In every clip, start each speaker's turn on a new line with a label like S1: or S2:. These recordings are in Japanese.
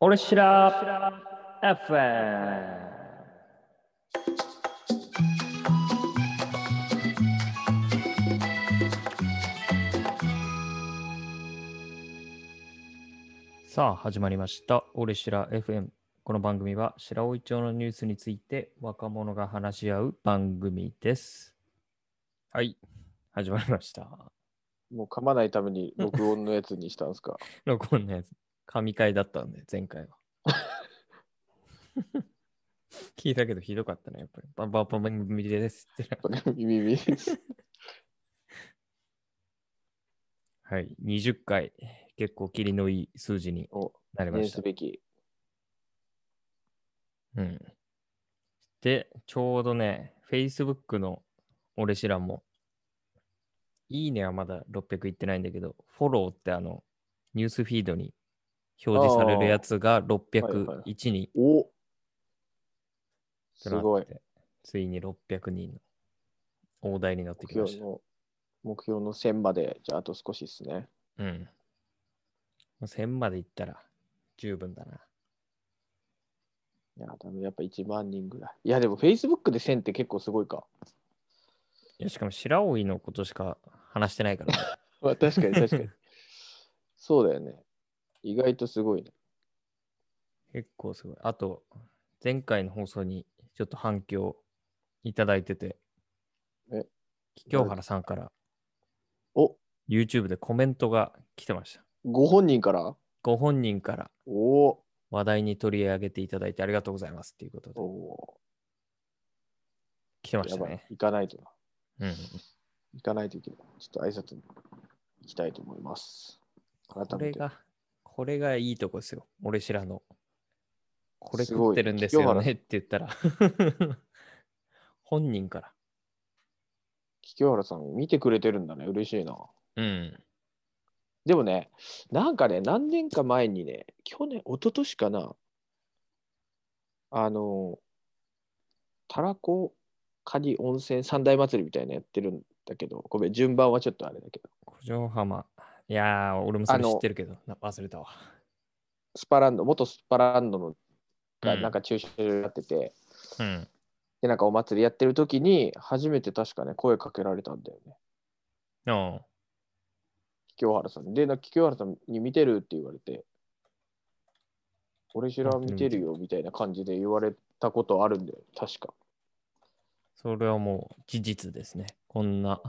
S1: 俺しら FM さあ始まりました「俺しら FM」この番組は白老町のニュースについて若者が話し合う番組ですはい始まりました
S2: もう噛まないために録音のやつにしたんですか
S1: 録音のやつ神回だったんで前回は聞いたけどひどかったねやっぱりバンバンバンバンミリですって
S2: 耳耳です。
S1: はい20回結構キリのいい数字に
S2: お
S1: なり
S2: 記
S1: ま
S2: 念
S1: し
S2: す
S1: た
S2: べき。
S1: うん。で、ちょうどね、Facebook の俺知らんも、いいねはまだ600いってないんだけど、フォローってあの、ニュースフィードに表示されるやつが601に
S2: おす
S1: なって、
S2: ごい。
S1: ついに600人の大台になって
S2: 目
S1: きま
S2: 標
S1: した。
S2: の目標の1000まで、じゃああと少しですね。
S1: うん。もう1000までいったら十分だな。
S2: いや、多分やっぱ1万人ぐらい。いや、でも Facebook で1000って結構すご いか。
S1: いやしかも白老のことしか話してないから ね、
S2: まあ、確かに確かに。そうだよね。意外とすごいね。
S1: 結構すごい。あと、前回の放送にちょっと反響いただいてて、
S2: え
S1: 京原さんから
S2: お
S1: YouTube でコメントが来てました。
S2: ご本人から
S1: ご本人から
S2: お
S1: 話題に取り上げていただいてありがとうございますっていうこと
S2: お
S1: で
S2: お
S1: 来てま
S2: ー
S1: し
S2: や
S1: た
S2: ばい
S1: ね。。
S2: 行かないとな。
S1: うん。
S2: 行かないといけない。ちょっと挨拶に行きたいと思います。改めて
S1: これが、これがいいとこですよ。俺知らの。これ
S2: すご
S1: 食って
S2: い
S1: るんですよ
S2: 清原
S1: ねって言ったら。 本人から。
S2: 清原さん見てくれてるんだね嬉しいな
S1: うん。
S2: でもねなんかね何年か前にね去年一昨年かなあのたらこカニ温泉三大祭りみたいなのやってるんだけどごめん順番はちょっとあれだけど
S1: 古城浜。いやー、俺もそれ
S2: あ
S1: 知
S2: の
S1: ってるけど、な忘れたわ。
S2: スパランド元スパランドのが
S1: うん
S2: なんか駐車場になってて、
S1: うん。
S2: でなんかお祭りやってる時に初めて確かね声かけられたんだよね
S1: うん。
S2: 清原さんにで、な清原さんに見てるって言われて、俺知らん見てるよみたいな感じで言われたことあるんだよ、確か。
S1: それはもう事実ですね。こんな。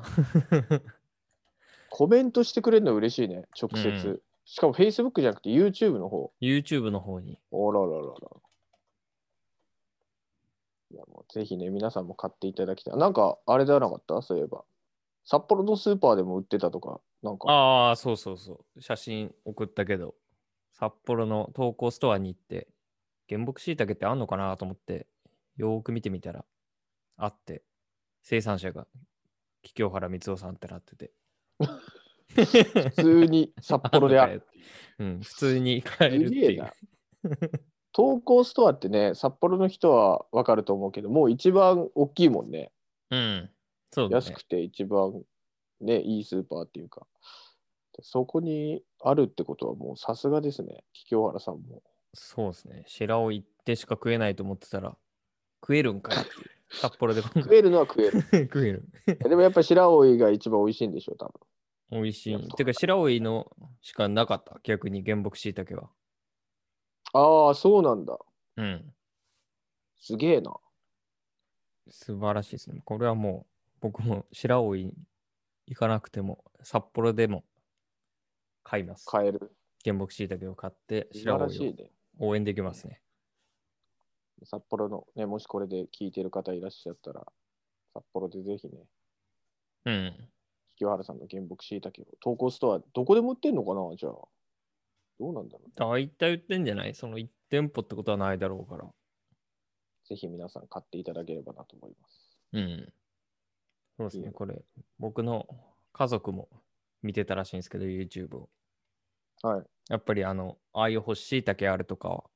S2: コメントしてくれるの嬉しいね、直接。
S1: うん
S2: しかも Facebook じゃなくて YouTube の方。
S1: YouTube の方に。
S2: おらららら。いやもうぜひね、皆さんも買っていただきたい。なんか、あれじゃなかったそういえば。札幌のスーパーでも売ってたとか、なんか。
S1: ああ、そうそうそう。写真送ったけど、札幌の投稿ストアに行って、原木椎茸ってあんのかなと思って、よーく見てみたら、あって、生産者が、桔梗原光夫さんってなってて。
S2: 普通に札幌である。
S1: うん、普通に買えるって
S2: すげえ
S1: い
S2: な
S1: う。
S2: 投稿ストアってね、札幌の人はわかると思うけど、もう一番大きいもんね。
S1: うん。そうだ
S2: 安
S1: ね。
S2: くて一番ね、いいスーパーっていうか。そこにあるってことはもうさすがですね、桔梗原さん も。
S1: そうですね。白を行ってしか食えないと思ってたら、食えるんかいっていう。札幌で
S2: 食えるのは食える。
S1: 食える。
S2: でもやっぱ白老が一番美味しいんでしょ、多分。
S1: 美味し
S2: や
S1: い
S2: っ。ぱ
S1: てか、白老のしかなかった。逆に原木椎茸は。
S2: ああ、そうなんだ。
S1: うん。
S2: すげえな。
S1: 素晴らしいですね。これはもう、僕も白老に行かなくても、札幌でも買います。
S2: 買える。
S1: 原木椎茸を買って、
S2: 素
S1: 白
S2: 晴
S1: 老
S2: らしい
S1: を
S2: ね。
S1: 応援できますね。
S2: 札幌のね、もしこれで聞いてる方いらっしゃったら、札幌でぜひね、
S1: うん。
S2: 清原さんの原木しいたけを投稿ストアどこでも売ってんのかなじゃあどうなんだろう
S1: 大体売ってんじゃないその1店舗ってことはないだろうから。
S2: ぜひ皆さん買っていただければなと思います
S1: うん。そうです
S2: いい
S1: ね、
S2: よ
S1: これ、僕の家族も見てたらしいんですけど、YouTube を。
S2: はい
S1: やっぱり、あの、ああいう干しいたけあるとかは、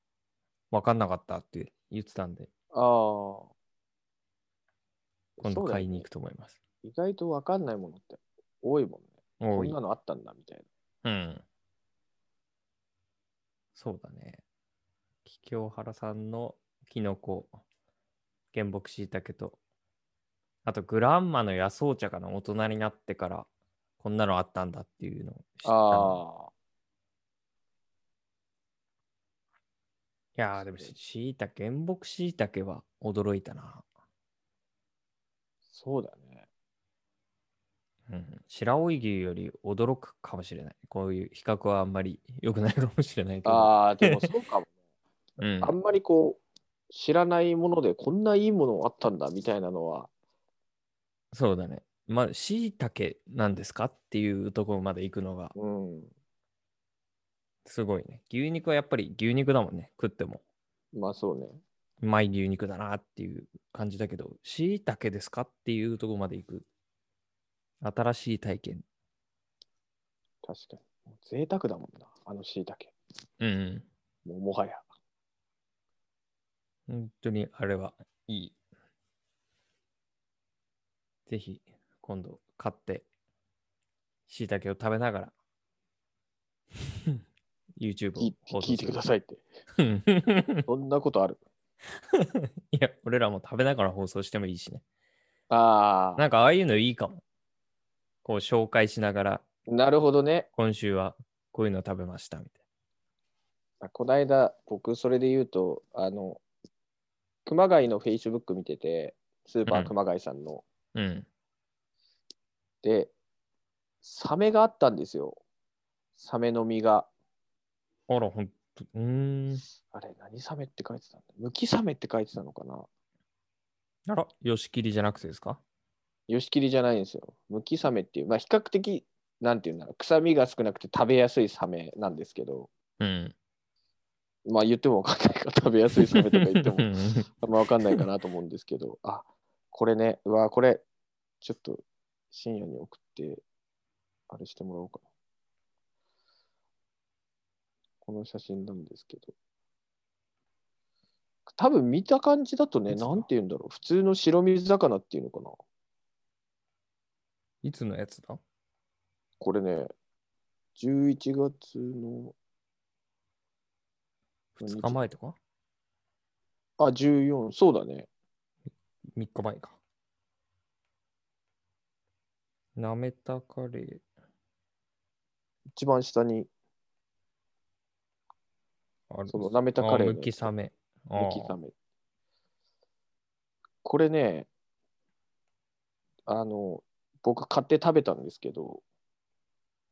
S1: わかんなかったって言ってたんで、
S2: ああ
S1: 今度買いに行
S2: く、
S1: くと思います。
S2: 意外と分かんないものって多いもんね
S1: 多
S2: こ
S1: い
S2: んなのあったんだみたいな
S1: うん。そうだね。崎京原さんのキノコ、原木しいたけと、あとグランマの野草茶かな、大人になってから、こんなのあったんだっていうのを知ったの。
S2: ああ、
S1: いやーでもし、しいたけ、原木しいたけは驚いたな。
S2: そうだね。
S1: うん、白老牛より驚くかもしれない。こういう比較はあんまり良くないかもしれないけど。
S2: ああ、でもそ うかも。
S1: うん
S2: あんまりこう、知らないものでこんないいものあったんだみたいなのは、
S1: そうだね。まあ、しいたけなんですかっていうところまで行くのが
S2: うん、
S1: すごいね。牛肉はやっぱり牛肉だもんね。食っても。
S2: まあそうね。
S1: うまい牛肉だなっていう感じだけど、しいたけですかっていうところまで行く。新しい体験。
S2: 確かに。贅沢だもんな、あの椎茸。
S1: うん、うん。
S2: もうもはや。
S1: 本当にあれはいい。ぜひ今度買って、しいたけを食べながら、YouTube
S2: 聞い
S1: を放送
S2: 聞いてくださいって。
S1: い。 うん
S2: そんなことある。
S1: いや、俺らも食べながら放送してもいいしね。
S2: ああ
S1: なんかああいうのいいかも。こう紹介しながら、
S2: なるほどね。
S1: 今週はこういうの食べましたみたい
S2: あこないだ僕それで言うとあの熊谷のフェイスブック見ててスーパ
S1: うん
S2: ー熊谷さんの、
S1: な。うん。
S2: でサメがあったんですよサメの身が
S1: あら、ほんと、うーん。
S2: あれ何サメって書いてたんだムキサメって書いてたのかな
S1: あら、よしきりじゃなくてですか
S2: ヨシキリじゃないんですよムキサメっていうまあ比較的なんていうんだろう臭みが少なくて食べやすいサメなんですけど
S1: うん。
S2: まあ言っても分かんないから食べやすいサメとか言 っても
S1: うん
S2: あんま分かんないかなと思うんですけど、あこれね、うわ、これ、ちょっと深夜に送って、あれしてもらおうかな。この写真なんですけど。多分見た感じだとね、
S1: いつだ
S2: なんて言うんだろう、普通の白身魚っていうのかな。
S1: いつのやつだ
S2: これね、11月の、
S1: ?2 日前とか
S2: あ、14、そうだね。
S1: ?3 日前か。なめたカレー。
S2: 一番下に、
S1: あれ
S2: そのなめたカレー
S1: あ
S2: の
S1: むきさめ。あー
S2: 抜きサメ。これね、あの、僕買って食べたんですけど、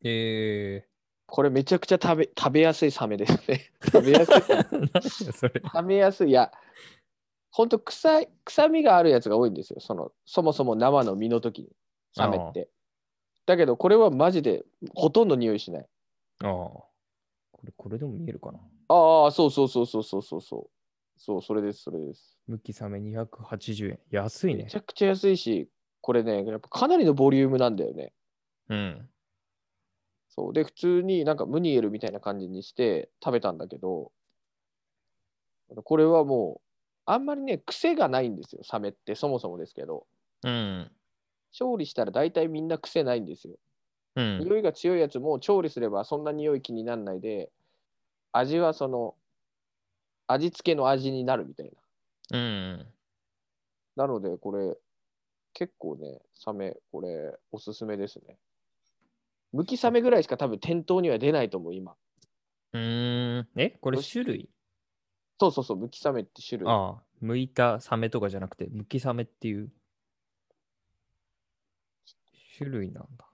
S1: え
S2: これめちゃくちゃ食べ食べやすいサメです ね。食べやすい。
S1: ー。 何だそれ。
S2: 食べやすい。いや、ほんと臭い、臭みがあるやつが多いんですよ。その、そもそも生の身の時に、サメって。だけど、これはマジでほとんど匂いしない。
S1: ああ。これ、これでも見えるかな
S2: ああ、そうそうそうそうそうそうそう。そう、それです、それです。
S1: むきさめ280円。安い
S2: め
S1: ね
S2: ち。ゃくちゃ安いし、これね、やっぱかなりのボリュームなんだよね。
S1: うん。
S2: そうで普通になんかムニエルみたいな感じにして食べたんだけどこれはもうあんまりね癖がないんですよサメってそもそもですけど
S1: うん。
S2: 調理したら大体みんな癖ないんですよ、
S1: うん。
S2: 匂いが強いやつも調理すればそんな匂い気にならないで味はその味付けの味になるみたい
S1: うん。
S2: ななのでこれ結構ねサメこれおすすめですねむきサメぐらいしか多分店頭には出ないと思う今
S1: うーん。え、これ種類
S2: そうそうそうむきサメって種類
S1: ああ、剥いたサメとかじゃなくて、剥きサメっていう種類なんだ。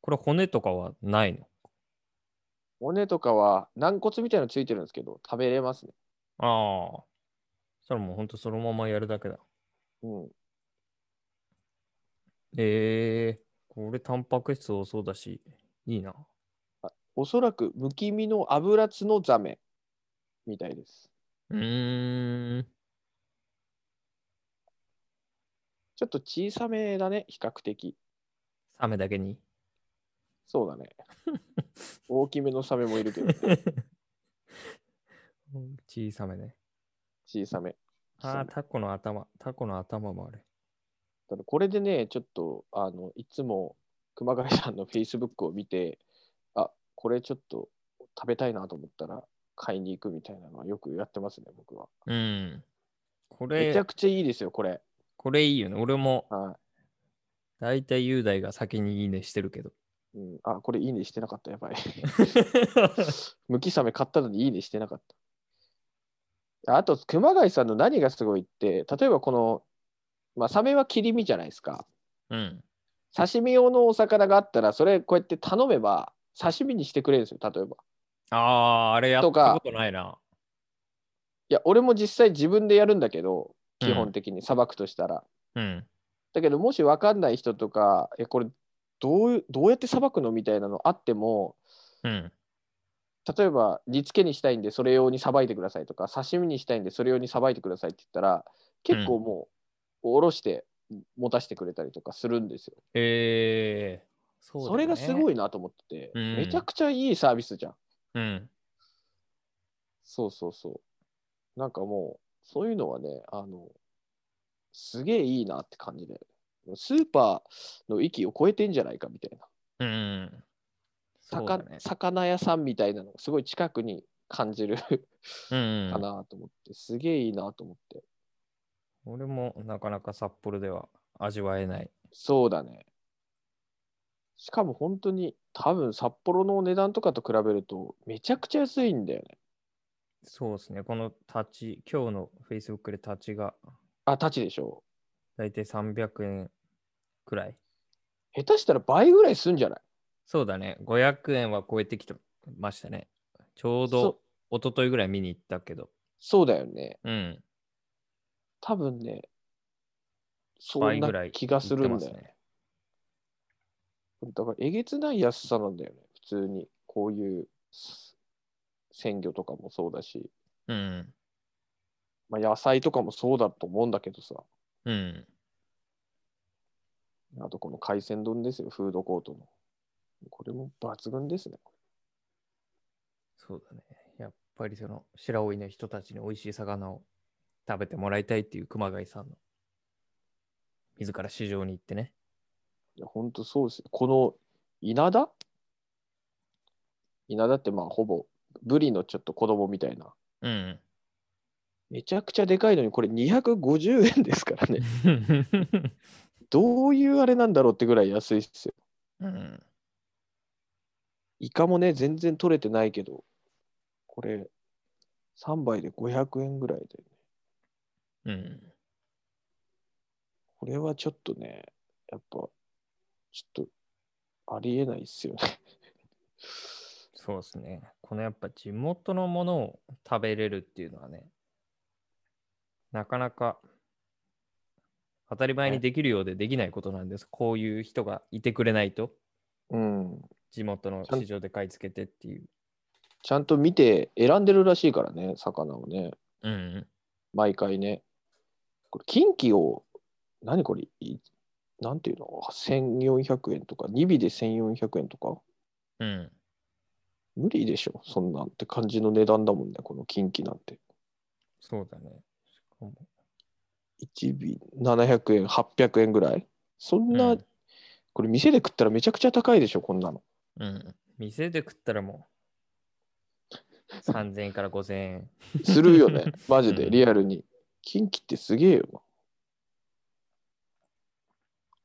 S1: これ骨とかはないの
S2: 骨とかは軟骨みたいなのついてるんですけど食べれますね。
S1: ああ。それもうほんとそのままやるだけだ。
S2: うん。
S1: ええこれタンパク質多そうだし、いいな。
S2: おそらくむき身の油ツノザメみたいです。
S1: うーん。
S2: ちょっと小さめだね、比較的。
S1: サメだけに。
S2: そうだね。大きめのサメもいるけど、
S1: 小さめね。
S2: 小さめ。
S1: ああ、タコの頭。タコの頭もある。
S2: ただこれでね、ちょっと、あの、いつも熊谷さんの Facebook を見て、あ、これちょっと食べたいなと思ったら、買いに行くみたいなのはよくやってますね、僕は。
S1: うん。こ
S2: めち
S1: れ
S2: ゃ、くちゃいいですよ、これ。
S1: これいいよね。俺も、
S2: は
S1: だいたい雄大が先にいいねしてるけど。
S2: い。うん、あ、これいいねしてなかった、やばい。ムキサメ買ったのにいいねしてなかった。あと、熊谷さんの何がすごいって、例えばこの、まあ、サメは切り身じゃないですか。
S1: うん。
S2: 刺身用のお魚があったら、それこうやって頼めば、刺身にしてくれるんですよ、例えば。
S1: ああ、あれやっ
S2: とか
S1: たことないな。
S2: いや、俺も実際自分でやるんだけど、基本的に、さばくとしたら。
S1: うん。
S2: だけど、もし分かんない人とか、え、これどういう、どうやってさばくのみたいなのあっても、
S1: うん。
S2: 例えば煮付けにしたいんでそれ用にさばいてくださいとか刺身にしたいんでそれ用にさばいてくださいって言ったら結構もうおろして持たせてくれたりとかするんですよ。
S1: ええそ
S2: そ,、
S1: うだ
S2: れ
S1: よね
S2: がすごいなと思ってて、
S1: うん
S2: めちゃくちゃいいサービスじゃん。
S1: うん。
S2: そうそうそう。なんかもうそういうのはねあのすげえいいなって感じでスーパーの域を超えてんじゃないかみたいな、
S1: うん。そうだ
S2: 魚
S1: ね。
S2: 魚屋さんみたいなのがすごい近くに感じる
S1: うん
S2: か。なと思って、すげえいいなと思って。
S1: 俺もなかなか札幌では味わえない。
S2: そうだね。しかも本当に多分札幌の値段とかと比べるとめちゃくちゃ安いんだよね。
S1: そうですね。この立ち、今日の Facebook で立ちが
S2: あ、たちでしょ
S1: だいたい300円くらい。
S2: う。下手したら倍ぐらいすんじゃない
S1: そうだね。500円は超えてきてましたね。ちょうど
S2: そ
S1: 一昨日ぐらい見に行ったけど。
S2: そうだよね。
S1: うん。
S2: 多分ね、そ
S1: 倍
S2: ん
S1: ぐら
S2: ない気がする
S1: 行
S2: ん
S1: って
S2: だ
S1: ま
S2: よね。
S1: ね。
S2: だからえげつない安さなんだよね。普通に。こういう鮮魚とかもそうだし、
S1: うん。
S2: まあ、野菜とかもそうだと思うんだけどさ。
S1: うん。
S2: あとこの海鮮丼ですよ、フードコートの。これも抜群ですね。
S1: そうだね。やっぱりその白老の人たちに美味しい魚を食べてもらいたいっていう熊谷さんの自ら市場に行ってね。
S2: いや、本当そうですよ。この稲田稲田ってまあほぼブリのちょっと子供みたいな。
S1: うん。
S2: めちゃくちゃでかいのにこれ250円ですからね。どういうあれなんだろうってぐらい安いっすよ。
S1: うん。
S2: イカもね、全然取れてないけど、これ3杯で500円ぐらいで、
S1: うん。
S2: これはちょっとね、やっぱちょっとありえないっすよね。
S1: そうですね。このやっぱ地元のものを食べれるっていうのはね、なかなか当たり前にできるようでできないことなんです。こういう人がいてくれないと、
S2: うん。
S1: 地元の市場で買い付けてっていう。
S2: ちゃんと見て選んでるらしいからね、魚をね。
S1: うん。
S2: 毎回ね。これ、近畿を、何これ、いなんていうの ?1400 円とか、2尾で1400円とか、
S1: うん。
S2: 無理でしょ、そんなんって感じの値段だもんね、この近畿なんて。
S1: そうだね。しかも
S2: 1尾700円、800円ぐらいそんな、
S1: うん
S2: これ、店で食ったらめちゃくちゃ高いでしょ、こんなの。
S1: うん。店で食ったらもう3000円から5000円。
S2: する よね、マジ
S1: う
S2: で、
S1: ん
S2: リアルに。近畿ってすげえよな。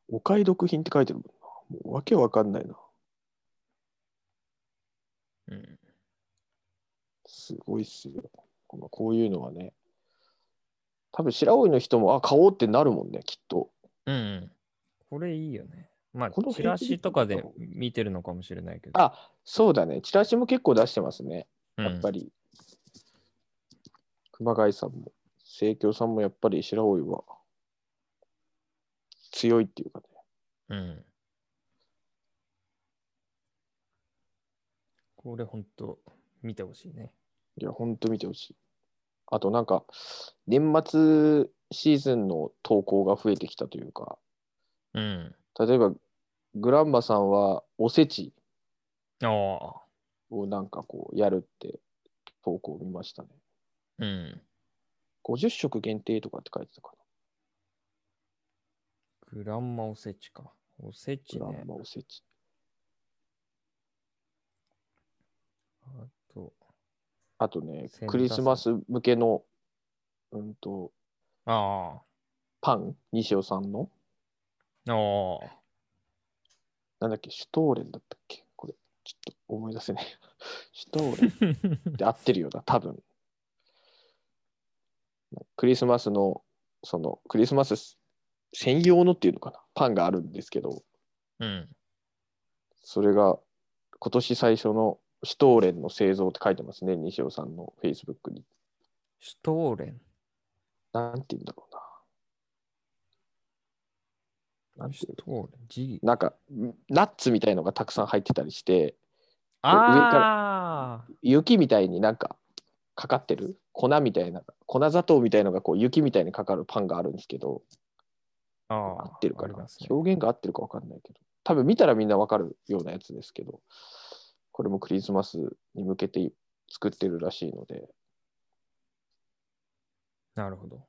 S2: お買い得品って書いてるもんな。もうわけわかんないな。
S1: うん。
S2: すごいっすよ。このこういうのはね。多分白老の人も、あ、買おうってなるもんね、きっと。
S1: うんうん。これいいよね。ま
S2: この
S1: あ、チラシとかで
S2: 平気
S1: 見てるのかもしれないけど。
S2: あ、そうだね。チラシも結構出してますね。
S1: うん、
S2: やっぱり。熊谷さんも、生協さんもやっぱり白老は強いっていうかね。
S1: うん。これ本当見てほしいね。
S2: いや、ほんと見てほしい。あとなんか、年末シーズンの投稿が増えてきたというか、
S1: うん。
S2: 例えば、グランマさんはおせち
S1: ああ。
S2: をなんかこうやるって投稿を見ましたね。
S1: うん。
S2: 50食限定とかって書いてたか
S1: グランマおせちか。おせち
S2: な。グラ
S1: ね
S2: ン。マおせち。
S1: あと、
S2: あとね
S1: センター、
S2: クリスマス向けの、うんと、
S1: あ
S2: パン、西尾さんの、
S1: あ。おー
S2: なんだっけ、シュトーレンだったっけこれ、ちょっと思い出せない。 シュトーレンって合ってるよな、多分。クリスマスの、その、クリスマス専用のっていうのかな、パンがあるんですけど、
S1: うん。
S2: それが今年最初のシュトーレンの製造って書いてますね、西尾さんの Facebook に。
S1: シュトーレン。
S2: なんて言うんだろうな。なんて
S1: シ
S2: 言う
S1: ュトーレン。G
S2: なんか、ナッツみたいのがたくさん入ってたりして、
S1: ああ。
S2: 雪みたいになんかかかってる粉みたいな、粉砂糖みたいのがこう雪みたいにかかるパンがあるんですけど、
S1: あ
S2: 合
S1: あ。
S2: ってるか
S1: あり
S2: ら、
S1: ますね
S2: 表現が合ってるか分かんないけど、多分見たらみんな分かるようなやつですけど、これもクリスマスに向けて作ってるらしいので、
S1: なるほど。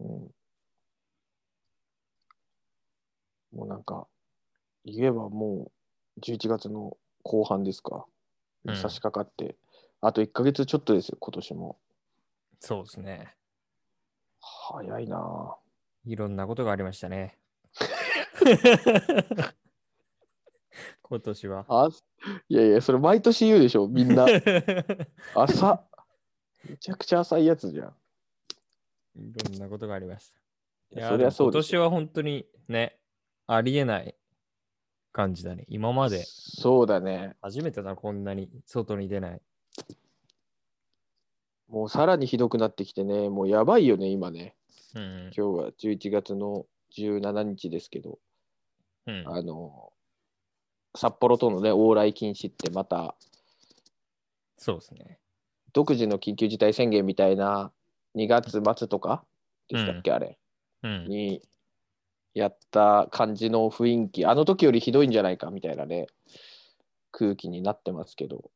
S2: うんもうなんか、言えばもう11月の後半ですか、
S1: うん
S2: 差し掛かって、あと1ヶ月ちょっとですよ、今年も。
S1: そうですね。
S2: 早いなぁ。
S1: いろんなことがありました ね。今年は。
S2: あいやいや、それ毎年言うでしょ、み んな。朝。めちゃくちゃ浅いやつじゃん。
S1: いろんなことがありました。い
S2: い
S1: や
S2: や
S1: ー
S2: そりゃそう
S1: でも今
S2: です
S1: 年
S2: よ
S1: は本当にね、ありえない感じだね。今まで
S2: そうだね。
S1: 初めてだな、こんなに外に出ない。
S2: もうさらにひどくなってきてね、もうやばいよね、今ね。
S1: うん。
S2: 今日は11月の17日ですけど、
S1: うん、
S2: あの、札幌とのね、往来禁止ってまた、
S1: そうですね。
S2: 独自の緊急事態宣言みたいな2月末とかでしたっけ、あれ
S1: うん。
S2: にやった感じの雰囲気あの時よりひどいんじゃないかみたいなね空気になってますけど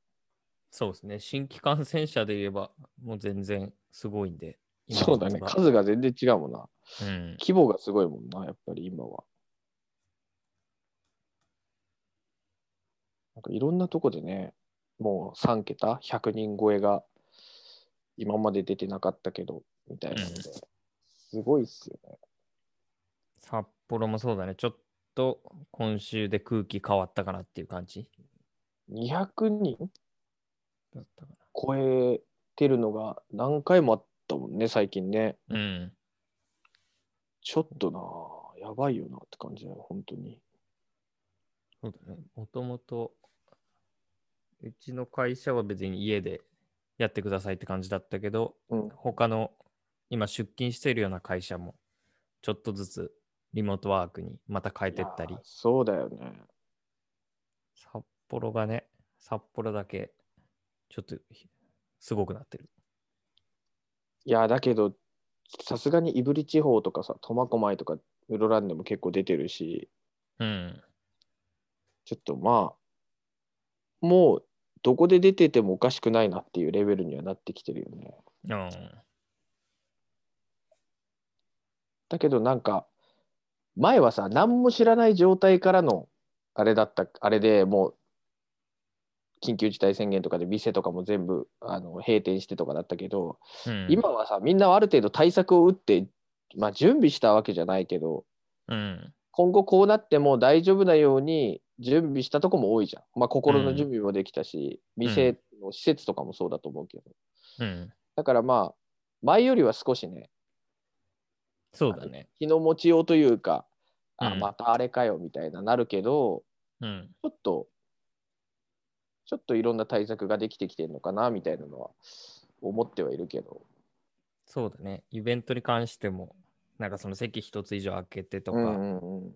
S1: そうですね。新規感染者で言えば、もう全然すごいんで。今の
S2: そうだね
S1: ところ
S2: 数が全然違うもんな
S1: うん。
S2: 規模がすごいもんなやっぱり今はなんかいろんなとこでねもう3桁100人超えが今まで出てなかったけどみたいなので、
S1: うん
S2: すごいっすよね
S1: 札幌もそうだね。ちょっと今週で空気変わったかなっていう感じ
S2: 200人
S1: だったか
S2: 超えてるのが何回もあったもんね最近ね
S1: な。うん。
S2: ちょっとなやばいよなって感じだよ本当に
S1: そうだね。もともと、うちの会社は別に家でやってくださいって感じだったけど、
S2: うん
S1: 他の今出勤しているような会社も、ちょっとずつリモートワークにまた変えてったり
S2: いや、そうだよね
S1: 札幌がね、札幌だけ、ちょっとひすごくなってる。
S2: いやだけどさすがに胆振地方とかさ苫小牧とか室蘭でも結構出てるし
S1: うん。
S2: ちょっとまあもうどこで出ててもおかしくないなっていうレベルにはなってきてるよね
S1: うん。
S2: だけどなんか前はさ何も知らない状態からのあれだったあれでもう緊急事態宣言とかで店とかも全部あの閉店してとかだったけど、
S1: うん、
S2: 今はさみんなはある程度対策を打って、まあ、準備したわけじゃないけど
S1: うん。
S2: 今後こうなっても大丈夫なように準備したとこも多いじゃん、まあ、心の準備もできたし、
S1: ん
S2: 店の施設とかもそうだと思うけど
S1: うん。
S2: だからまあ前よりは少しね
S1: そうだね。
S2: 気の持ちようというか、あ
S1: うん
S2: またあれかよみたいななるけど、
S1: うん。
S2: ちょっとちょっといろんな対策ができてきてるのかなみたいなのは思ってはいるけど、
S1: そうだね。イベントに関しても、なんかその席一つ以上開けてとか、
S2: うんうんうん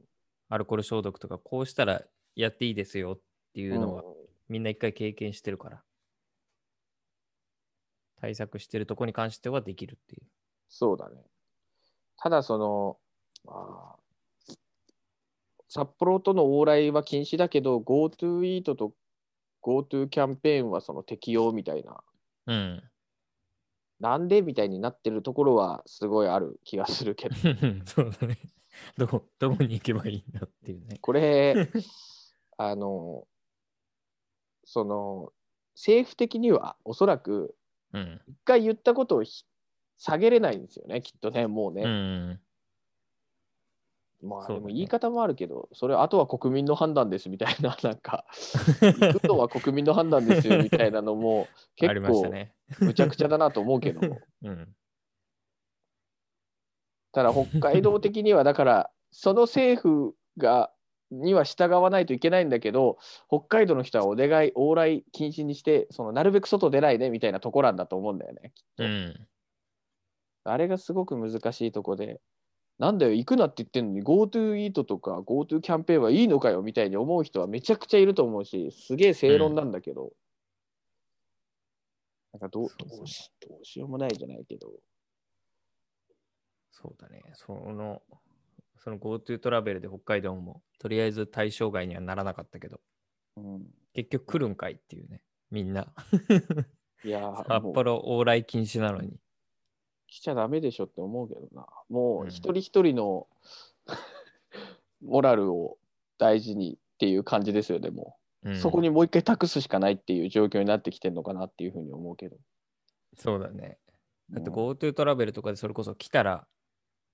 S1: アルコール消毒とか、こうしたらやっていいですよっていうのは、
S2: うん
S1: みんな一回経験してるから。対策してるとこに関してはできるっていう。
S2: そうだね。ただその、まあ、札幌との往来は禁止だけど、GoTo イートと GoTo キャンペーンはその適用みたいな、
S1: うん。
S2: なんでみたいになってるところはすごいある気がする けど、
S1: そうだね。どこ、どこに行けばいいんだっていうね。
S2: これ、あの、その、政府的にはおそらく
S1: うん。
S2: 一回言ったことをひ下げれないんですよね、きっとね、もう
S1: う
S2: ね。
S1: ん。
S2: ま
S1: そ
S2: あ、
S1: う
S2: で
S1: だね
S2: も言い方もあるけど、それ、あとは国民の判断ですみたいな、なんか、あとは国民の判断ですよみたいなのも、
S1: あ
S2: 結
S1: りました
S2: 構、
S1: ね。
S2: むちゃくちゃだなと思うけ ども、
S1: うん。
S2: ただ、北海道的には、だから、その政府が、には従わないといけないんだけど、北海道の人はお願い、往来禁止にして、そのなるべく外出ないでみたいなところなんだと思うんだよね。
S1: うん。
S2: あれがすごく難しいとこで、なんだよ、行くなって言ってんのに GoTo イートとか GoTo キャンペーンはいいのかよみたいに思う人はめちゃくちゃいると思うし、すげえ正論なんだけど、なんかどう
S1: そうそう
S2: どうしどうしようもないじゃないけど、
S1: そうだね。その、その GoTo トラベルで北海道も、とりあえず対象外にはならなかったけど、
S2: うん、
S1: 結局来るんかいっていうね。みんな。
S2: いやー、
S1: 札
S2: もう
S1: 幌往来禁止なのに。
S2: 来ちゃダメでしょって思うけどな、も
S1: う
S2: うん一人一人の モラルを大事にっていう感じですよね、も
S1: う
S2: う、
S1: ん
S2: そこにもう一回託すしかないっていう状況になってきてるのかなっていうふうに思うけど。
S1: そうだね。だって
S2: うん
S1: GoTo トラベルとかでそれこそ来たら、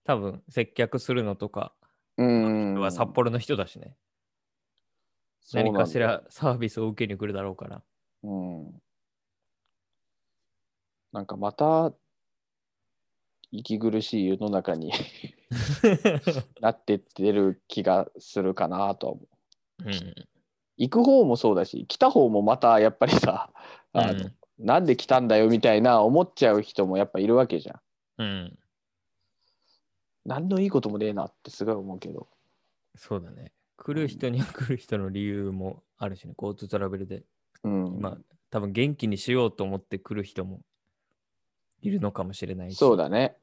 S1: 多分接客するのとか
S2: うん
S1: は札幌の人だしね。
S2: そうなん
S1: 何
S2: だ
S1: かしらサービスを受けに来るだろう から。
S2: うん。なんかまた息苦しい世の中に なってってる気がするかなとは思う。
S1: うん
S2: 行く方もそうだし来た方もまたやっぱりさあの、なんで来たんだよみたいな思っちゃう人もやっぱいるわけじゃん。
S1: うんうん。
S2: 何のいいこともねえなってすごい思うけど。
S1: そうだね。来る人には来る人の理由もあるしね。GoTo トラベルで。
S2: うん、
S1: まあ、多分元気にしようと思って来る人もいるのかもしれないし。
S2: そうだね。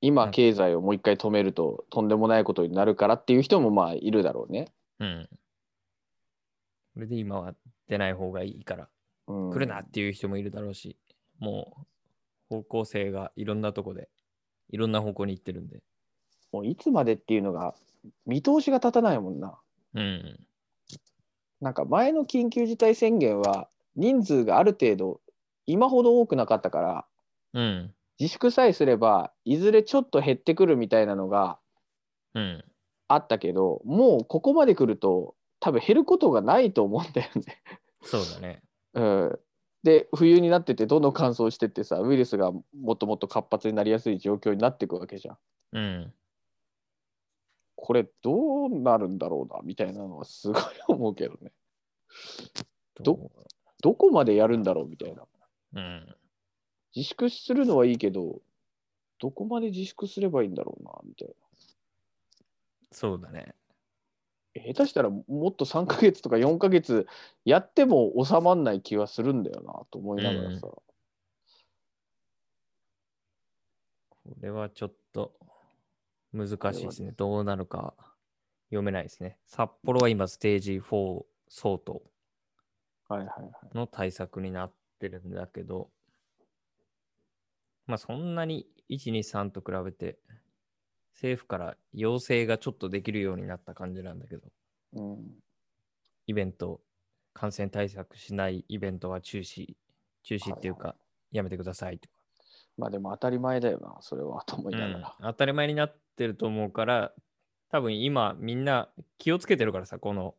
S2: 今経済をもう一回止めるととんでもないことになるからっていう人もまあいるだろうね。
S1: うん。それで今は出ない方がいいから、
S2: うん、
S1: 来るなっていう人もいるだろうし、もう方向性がいろんなとこで、いろんな方向に行ってるんで。
S2: もういつまでっていうのが見通しが立たないもんな。
S1: うん。
S2: なんか前の緊急事態宣言は人数がある程度今ほど多くなかったか
S1: う
S2: ら
S1: ん。
S2: 自粛さえすればいずれちょっと減ってくるみたいなのが
S1: うん。
S2: あったけどもうここまで来ると多分減ることがないと思うんだよね。
S1: そうだね。
S2: うん、で冬になっててどんどん乾燥してってさウイルスがもっともっと活発になりやすい状況になっていくわけじゃん。
S1: うん。
S2: これどうなるんだろうなみたいなのはすごい思うけどね。ど
S1: う
S2: どこまでやるんだろうみたいな。
S1: うん。
S2: 自粛するのはいいけど、どこまで自粛すればいいんだろうな、みたいな。
S1: そうだね。
S2: え下手したらもっと3ヶ月とか4ヶ月やっても収まんない気はするんだよなと思いながらさ、
S1: これはちょっと難しいですね。どうなるか読めないですね。札幌は今ステージ4相当
S2: はいはいはい。
S1: の対策になってるんだけど、まあそんなに1、2、3と比べて政府から要請がちょっとできるようになった感じなんだけど、
S2: うん、
S1: イベント、感染対策しないイベントは中止、中止っていうか、やめてくださいとか。
S2: まあでも当たり前だよな、それはと思いながら。
S1: うん当たり前になってると思うから多分今みんな気をつけてるからさこの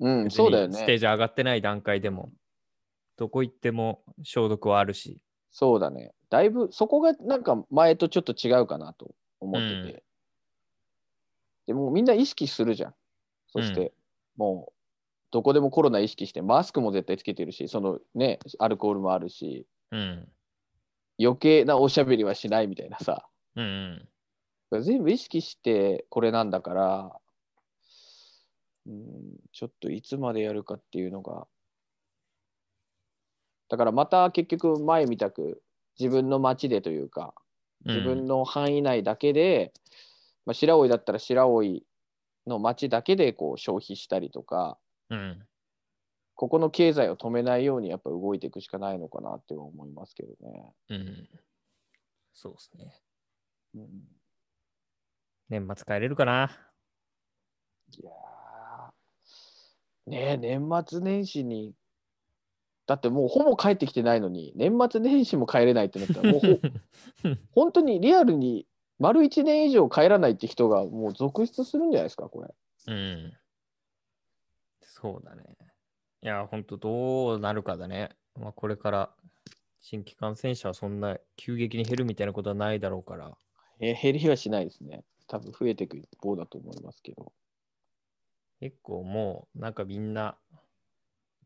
S2: うん、
S1: 別に
S2: そうだよ
S1: ステー
S2: ね。
S1: ジ上がってない段階でもどこ行っても消毒はあるし
S2: そうだね。だいぶそこがなんか前とちょっと違うかなと思ってて。でもうみんな意識するじゃん。そして、
S1: うん
S2: もうどこでもコロナ意識してマスクも絶対つけてるし、そのね、アルコールもあるし、
S1: うん
S2: 余計なおしゃべりはしないみたいなさ
S1: うんうん
S2: 全部意識してこれなんだからうんちょっといつまでやるかっていうのがだからまた結局前みたく自分の町でというか
S1: うん
S2: 自分の範囲内だけで、まあ、白老だったら白老の町だけでこう消費したりとか
S1: うん
S2: ここの経済を止めないようにやっぱ動いていくしかないのかなっては思いますけどね。
S1: うんそうですね
S2: うん
S1: 年末帰れるかない
S2: やーねえ年末年始にだってもうほぼ帰ってきてないのに年末年始も帰れないってなったらもう ほ本当にリアルに丸1年以上帰らないって人がもう続出するんじゃないですかこれ。
S1: うん。そうだね。いや、ほんとどうなるかだね。まあ、これから新規感染者はそんな急激に減るみたいなことはないだろうから。
S2: えー減りはしないですね。多分増えていく一方だと思いますけど。
S1: 結構もうなんかみんな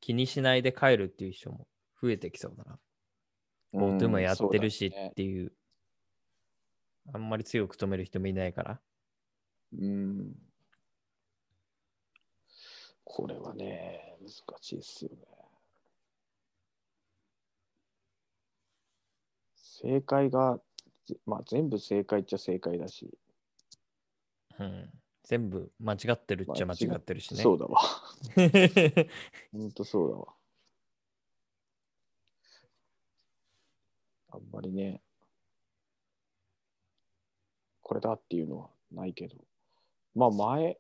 S1: 気にしないで帰るっていう人も増えてきそうだな。GoTo もやってるし
S2: うんそうだね
S1: っていうあんまり強く止める人もいないから。
S2: うん。これはね、難しいですよね。正解が、ぜまあ全部正解っちゃ正解だし、
S1: うん、全部間違ってるっちゃ間違ってるしね。
S2: そうだ わ。
S1: う
S2: ほんとそうだわ。あんまりね、これだっていうのはないけど、まあ前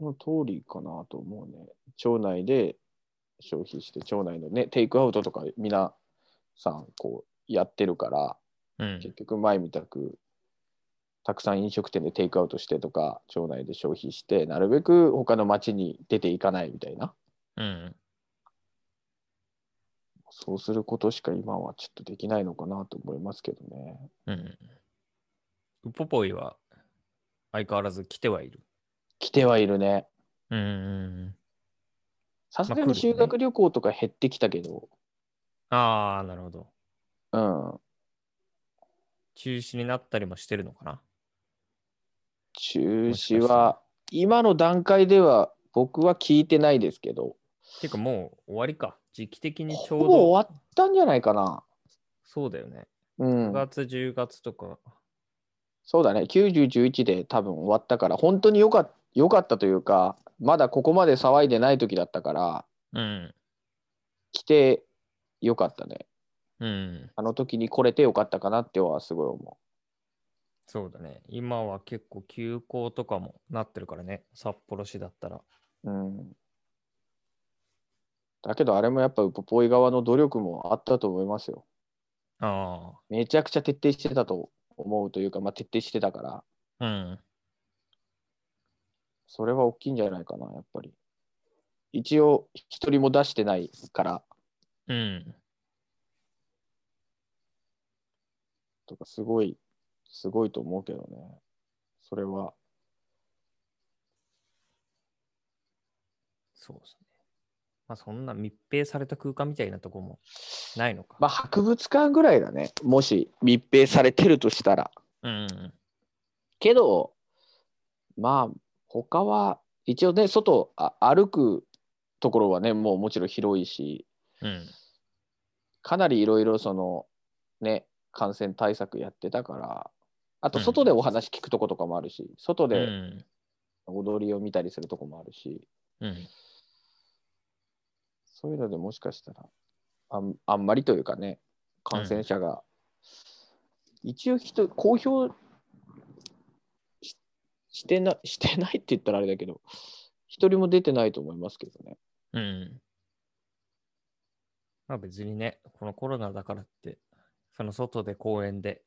S2: の通りかなと思うね。町内で消費して、町内のね、テイクアウトとか皆さんこうやってるから、
S1: ん、
S2: 結局前みたくたくさん飲食店でテイクアウトしてとか、町内で消費して、なるべく他の町に出ていかないみたいな。
S1: うん。
S2: そうすることしか今はちょっとできないのかなと思いますけどね。
S1: うん。ウポポイは相変わらず来てはいる。
S2: 来てはいるね。
S1: うんうん。
S2: さす
S1: まあ来
S2: が
S1: るよ
S2: に
S1: ね
S2: 修学旅行とか減ってきたけど、
S1: ああ、なるほど。
S2: うん。
S1: 中止になったりもしてるのかな。
S2: 中
S1: もし
S2: 止
S1: かしたら
S2: は、今の段階では僕は聞いてないですけど、
S1: ていうかもう終わりか。時期的にちょ
S2: ほ
S1: う
S2: ぼ
S1: ど。
S2: 終わったんじゃないかな。
S1: そうだよね。
S2: うん
S1: 9。月、10月とか。
S2: そうだね。90、11で多分終わったから、本当によかっよかったというか、まだここまで騒いでない時だったから、
S1: うん。
S2: 来てよかったね。
S1: うん。
S2: あの時に来れてよかったかなってはすごい思
S1: そうだね。今は結構休校とかもなってるからね。札幌市だったら。
S2: うんだけどあれもやっぱウポポイ側の努力もあったと思いますよ。
S1: あ
S2: めちゃくちゃ徹底してたと思うというか、まあ、徹底してたから、
S1: あ。うん。
S2: それは大きいんじゃないかな、やっぱり。一応、一人も出してないから
S1: うん。
S2: とか、すごい、すごいと思うけどね。それは、
S1: そうですね。まあそんな密閉された空間みたいなとこもないのか。
S2: まあ、博物館ぐらいだね。もし密閉されてるとしたら。
S1: うんうん。
S2: けど、まあ、他は、一応ね、外あ歩くところはね、もうもちろん広いし、
S1: うん。
S2: かなりいろいろその、ね、感染対策やってたから、あと
S1: うん
S2: 外でお話聞くとことかもあるし、外
S1: う
S2: で
S1: ん
S2: 踊りを見たりするとこもあるし、
S1: うん、
S2: そういうのでもしかしたら、あんあんまりというかね、感染者が、一応人、公表ししてな してないって言ったらあれだけど、一人も出てないと思いますけどね。
S1: うん。まあ別にね、このコロナだからって、その外で公園で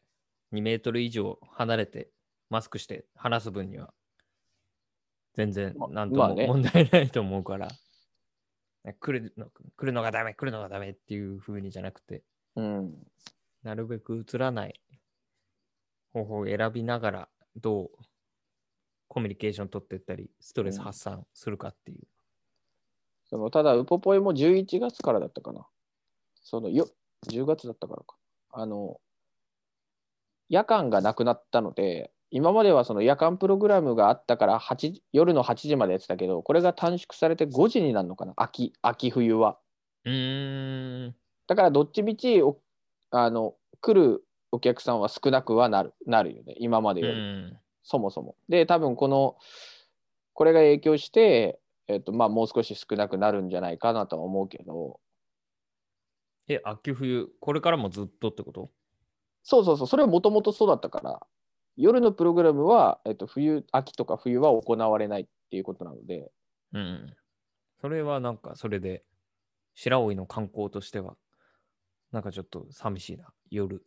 S1: 2メートル以上離れてマスクして話す分には全然
S2: ま
S1: なんと
S2: まあ
S1: も
S2: ね
S1: 問題ないと思うから、来るの来るのがダメ、来るのがダメっていう風にじゃなくて、
S2: うん。
S1: なるべく映らない方法を選びながら、どうコミュニケーション取っていったり、ストレス発散するかっていう。
S2: そのただ、ウポポイも11月からだったかな。そのよ10月だったからか。あの、夜間がなくなったので、今まではその夜間プログラムがあったから8時夜の8時までやってたけど、これが短縮されて5時になるのかな、秋、秋冬は。
S1: うーん。
S2: だからどっちみちおあの来るお客さんは少なくはなるなるよね、今まで
S1: う
S2: より、
S1: ん。
S2: そもそも。で、多分この、これが影響して、えっとまあ、もう少し少なくなるんじゃないかなとは思うけど、
S1: え、秋冬、これからもずっとってこと
S2: そうそうそう、それはもともとそうだったから、夜のプログラムは、えっと、冬、秋とか冬は行われないっていうことなので、
S1: うん。それはなんか、それで白老の観光としては、なんかちょっと寂しいな、夜。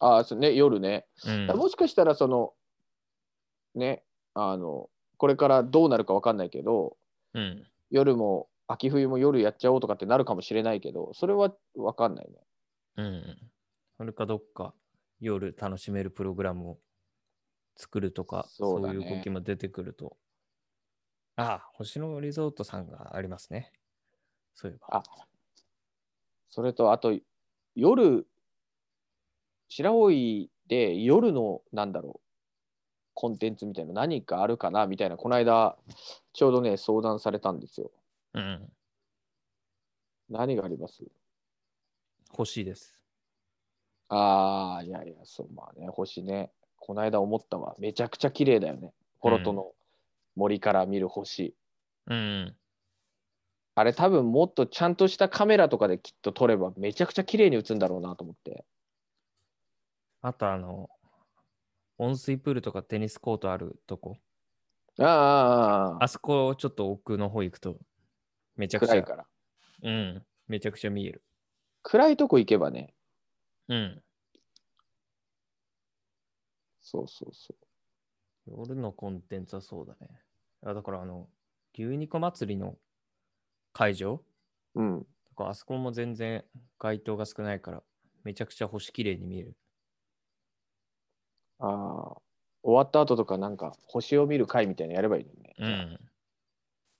S2: ああ、そうね、夜ね。
S1: うん
S2: だからもしかしたら、その、ね、あの、これからどうなるかわかんないけど、
S1: うん、
S2: 夜も、秋冬も夜やっちゃおうとかってなるかもしれないけど、それはわかんないね。
S1: うん。それかどっか夜楽しめるプログラムを作るとか、
S2: そうだ
S1: い
S2: ね
S1: う動きも出てくると。ああ、星野リゾートさんがありますね。そういえば。
S2: あそれと、あと、夜、白老で夜の、なんだろう、コンテンツみたいな、何かあるかなみたいな、この間、ちょうどね、相談されたんですよ。
S1: うん。
S2: 何があります
S1: 欲しいです。
S2: ああ、いやいや、そう、まあね、星ね。この間思ったわ。めちゃくちゃ綺麗だよね。ポロトの森から見る星。
S1: うん。
S2: あれ多分もっとちゃんとしたカメラとかできっと撮ればめちゃくちゃ綺麗に映るんだろうなと思って。
S1: あと、あの、温水プールとかテニスコートあるとこ。
S2: ああああ、あ
S1: あそこちょっと奥の方行くと、めちゃ
S2: あ
S1: くち
S2: 暗い
S1: ゃ、
S2: から。
S1: うん、めちゃくちゃ見える。
S2: 暗いとこ行けばね。
S1: うん。
S2: そうそうそう。
S1: 夜のコンテンツはそうだね。あだから、あの、牛肉祭りの会場
S2: うん。
S1: とかあそこも全然街灯が少ないから、めちゃくちゃ星綺麗に見える。
S2: ああ、終わった後とかなんか星を見る会みたいなのやればいいのにね。
S1: ん。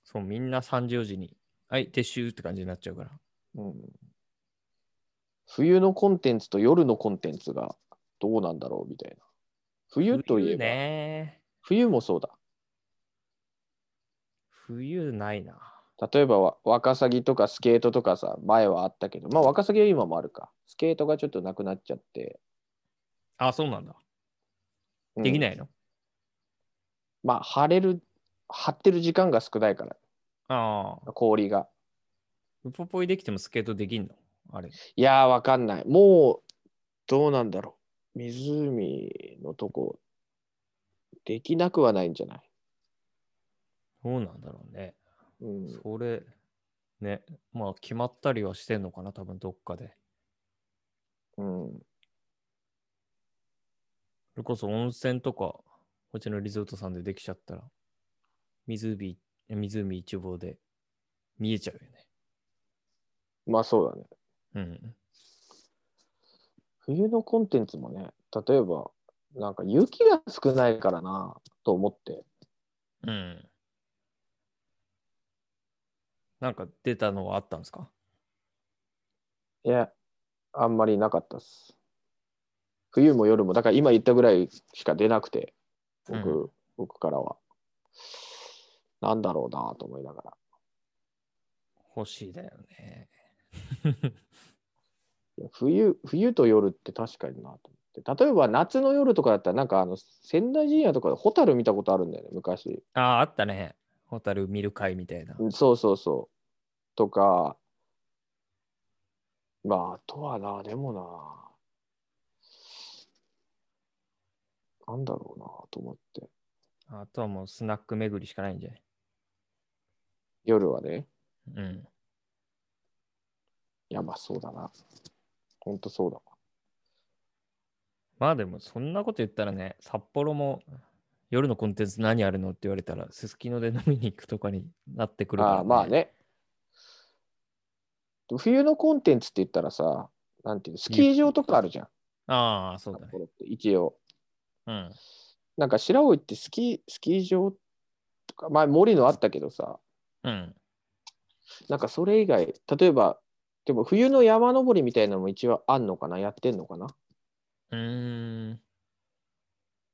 S1: そう、みんな34時に、はい、撤収って感じになっちゃうから。
S2: うん冬のコンテンツと夜のコンテンツがどうなんだろうみたいな。冬といえば、冬,、
S1: ね。
S2: もそうだ。
S1: 冬ないな。
S2: 例えばわワカサギとかスケートとかさ、前はあったけど、まあワカサギは今もあるか。スケートがちょっとなくなっちゃって。
S1: あ、そうなんだ。でき
S2: い。
S1: ないの、
S2: まあ晴れる、張ってる時間が少ないから、
S1: ああ。
S2: 氷が。
S1: ウポポイできてもスケートできんのあれ。
S2: いやーわかんない。もう、どうなんだろう。湖のとこ、できなくはないんじゃない、
S1: そうなんだろうね。
S2: うん、
S1: それ、ね、まあ決まったりはしてんのかな、多分どっかで。
S2: うん。
S1: それこそ温泉とか、こっちのリゾートさんでできちゃったら、湖、湖一望で見えちゃうよね。
S2: まあそうだね。
S1: うん。
S2: 冬のコンテンツもね、例えば、なんか雪が少ないからなと思って。
S1: うん。なんか出たのはあったんですか
S2: いや、あんまりなかったっす。冬も夜も、だから今言ったぐらいしか出なくて、僕、
S1: う
S2: 僕からは。なんだろうなと思いながら。
S1: 欲しいだよね。
S2: いや冬、冬と夜って確かになと思って。例えば夏の夜とかだったら、なんかあの、仙台陣屋とかでホタル見たことあるんだよね、昔。
S1: ああ、あったね。ホタル見る会みたいな。
S2: うんそうそうそう。とか、まあ、あとはな、でもな、なんだろうなと思って、
S1: あとはもうスナック巡りしかないんじゃない
S2: 夜はね、
S1: うん。
S2: いや、まあそうだな。ほんとそうだわ。
S1: まあでもそんなこと言ったらね、札幌も夜のコンテンツ何あるのって言われたら、すすきので飲みに行くとかになってくるから、
S2: ああ、まあ。ね。冬のコンテンツって言ったらさ、なんていうのスキー場とかあるじゃん。
S1: ああ、そうだ
S2: 札
S1: ね。
S2: 幌って一応。
S1: うん。
S2: なんか白老ってスキー、スキー場とか、まあ森のあったけどさ、
S1: うん。
S2: なんかそれ以外、例えば、でも冬の山登りみたいなのも一応あんのかなやってんのかな
S1: うーん。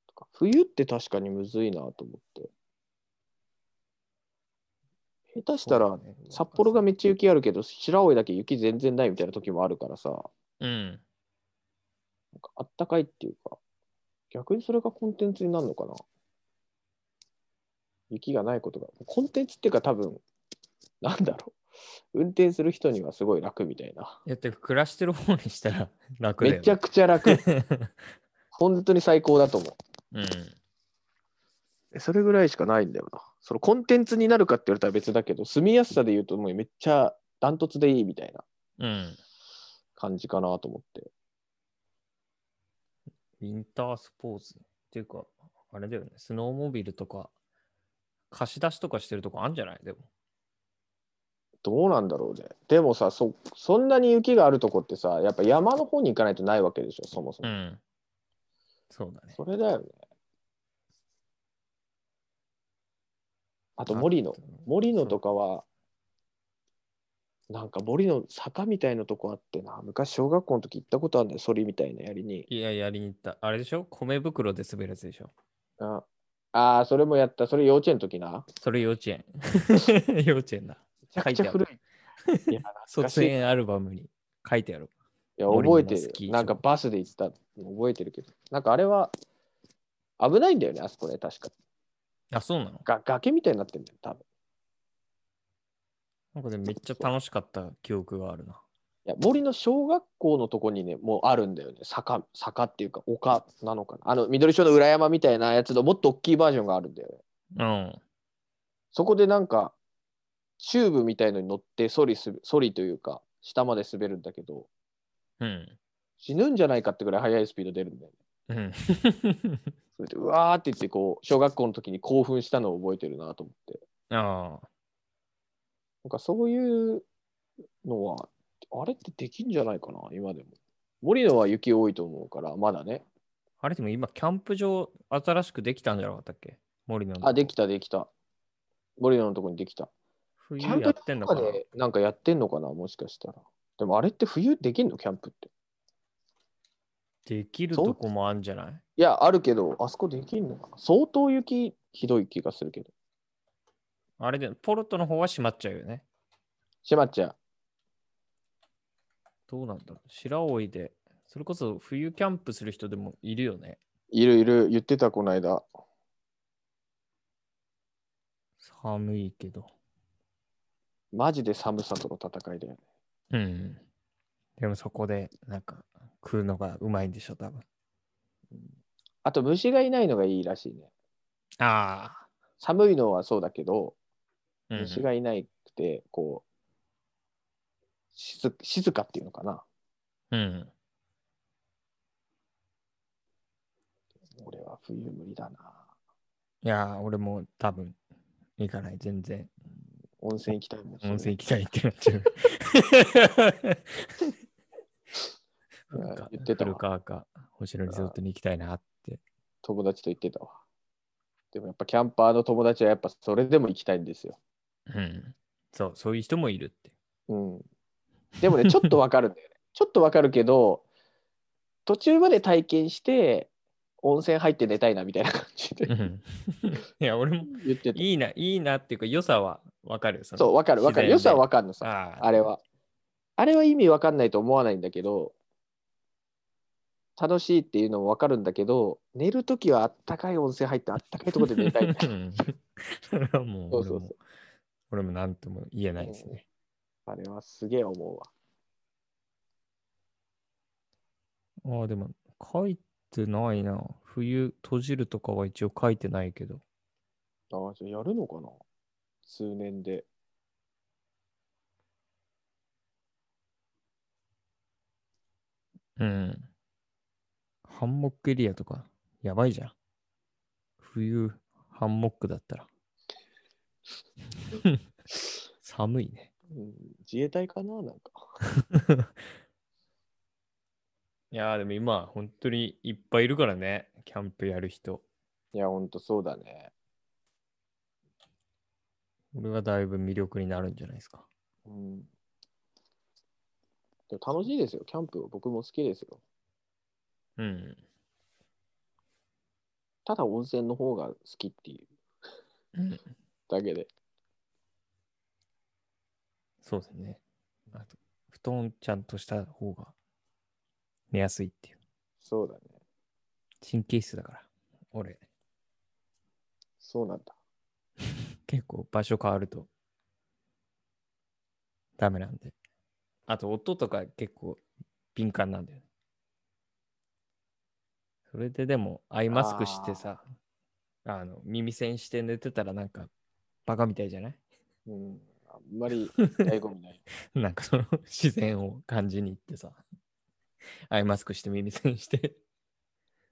S2: とか冬って確かにむずいなと思って。下手したら、
S1: そうだね
S2: 札幌がめっちゃ雪あるけど、白老だけ雪全然ないみたいな時もあるからさ、なん
S1: うん。
S2: かあったかいっていうか、逆にそれがコンテンツになるのかな雪がないことが。コンテンツっていうか多分、なんだろう。運転する人にはすごい楽みたいな。
S1: いや、てか暮らしてる方にしたら 楽だよ、
S2: めちゃくちゃ楽。本当に最高だと思う。
S1: うん。
S2: それぐらいしかないんだよな。そのコンテンツになるかって言われたら別だけど、住みやすさで言うともうめっちゃダントツでいいみたいな
S1: うん。
S2: 感じかなと思って。
S1: ウィンタースポーツ。っていうか、あれだよね。スノーモビルとか、貸し出しとかしてるとこあるんじゃないでも。
S2: どうなんだろうね。でもさ、そ、そんなに雪があるとこってさ、やっぱ山の方に行かないとないわけでしょ、そもそも。
S1: ん。そうだね。
S2: それだよね。あと森野。森野とかは、なんか森の坂みたいなとこあってな、昔小学校の時行ったことあるんだよ、ソリみたいなやりに。
S1: いや、やりに行った。あれでしょ米袋で滑るやつでしょ
S2: ああー、それもやった、それ幼稚園の時な。
S1: それ幼稚 園。幼稚園だ。
S2: めちゃくちゃ古い。いや、懐かし
S1: 卒
S2: い。い
S1: 園アルバムに書いてある。
S2: や、覚え
S1: 森
S2: て
S1: のスキー
S2: る。
S1: 場
S2: なんかバスで行ったの覚えてるけど、なんかあれは危ないんだよね、あそこね、確か。
S1: あ、そうなの
S2: が崖みたいになってるんだよ、多分。
S1: なんかでもめっちゃ楽しかった記憶があるな。
S2: いや森の小学校のとこにね、もうあるんだよね。坂、坂っていうか、丘なのかな。あの、緑町の裏山みたいなやつのもっと大きいバージョンがあるんだよね。
S1: うん。
S2: そこでなんか、チューブみたいのに乗ってソリすべ、ソリというか、下まで滑るんだけど、
S1: うん。
S2: 死ぬんじゃないかってぐらい速いスピード出るんだよね。
S1: うん。
S2: それで、うわーって言って、こう、小学校の時に興奮したのを覚えてるなと思って。
S1: ああ。
S2: なんかそういうのは、あれってできんじゃないかな、今でも。森のは雪多いと思うから、まだね。
S1: あれでも今、キャンプ場新しくできたんじゃなかったっけ森の。
S2: あ、でき
S1: た。
S2: た、できた。森野のとこにできた。
S1: 冬
S2: キャンプ
S1: やってんの
S2: なんか
S1: かな
S2: でなんかやってんのかな、もしかしたら。でもあれって冬できんの、キャンプって。
S1: できる
S2: そう
S1: とこもあるんじゃない
S2: いや、あるけど、あそこできんのかな。相当雪ひどい気がするけど。
S1: あれで、ポルトの方は閉まっちゃうよね。
S2: しまっちゃう。
S1: どうなんだろう。白老で、それこそ冬キャンプする人でもいるよね。
S2: いるいる、言ってた、この間。
S1: 寒いけど。
S2: マジで寒さとの戦いだよね。
S1: うん。でもそこで、なんか、食うのがうまいんでしょ、多分。
S2: あと、虫がいないのがいいらしいね。
S1: ああ。
S2: 寒いのはそうだけど、
S1: うん
S2: 虫がいないくて、こう、静静かっていうのかな。
S1: うん。
S2: 俺は冬無理だな。
S1: いやー、俺も多分、行かない、全然。
S2: 温泉行きたいもん。
S1: 温泉行きたいってなっちゃう。
S2: いや言ってたわ
S1: 古川か、星野リゾートに行きたいなって。
S2: 友達と行ってたわ。でもやっぱキャンパーの友達はやっぱそれでも行きたいんですよ。
S1: うん。そう、そういう人もいるって。
S2: うん。でもね、ちょっとわかるんだ よね。ちょっとわかるけど、途中まで体験して、温泉入って寝たいなみたいな感じで
S1: うんいや、俺も、
S2: 言ってた。
S1: いいな、いいなっていうか、良さはわかるよ。その
S2: そう、わかるわかる。良さはわかるのさ、
S1: ああ
S2: あれは。あれは意味わかんないと思わないんだけど、楽しいっていうのもわかるんだけど、寝るときはあったかい温泉入ってあったかいところで寝たい。
S1: うんそれはもう、
S2: そう
S1: 俺
S2: そう
S1: も
S2: そ、
S1: 俺もなんとも言えないですね。
S2: あれはすげえ思うわ。
S1: ああ、でも、書いてないな。冬閉じるとかは一応書いてないけど。
S2: ああ、じゃあやるのかな数年で。
S1: うん。ハンモックエリアとか、やばいじゃん。冬、ハンモックだ ったら。寒いね。
S2: うん、自衛隊かななんか。
S1: いやーでも今、本当にいっぱいいるからね。キャンプやる人。
S2: いや、ほんとそうだね。
S1: 俺はだいぶ魅力になるんじゃないですか。
S2: うん。でも楽しいですよ。キャンプは僕も好きですよ。
S1: うん。
S2: ただ温泉の方が好きっていう
S1: うん
S2: だけで。
S1: そうですね。あと、布団ちゃんとした方が寝やすいっていう。
S2: そうだね。
S1: 神経質だから。俺、
S2: そうなんだ。
S1: 結構場所変わるとダメなんで。あと音とか結構敏感なんだよね。それででもアイマスクしてさ、あの耳栓して寝てたらなんかバカみたいじゃない
S2: うん。ああんまり醍醐味ない。
S1: なんかその自然を感じに行ってさ、アイマスクして耳栓して。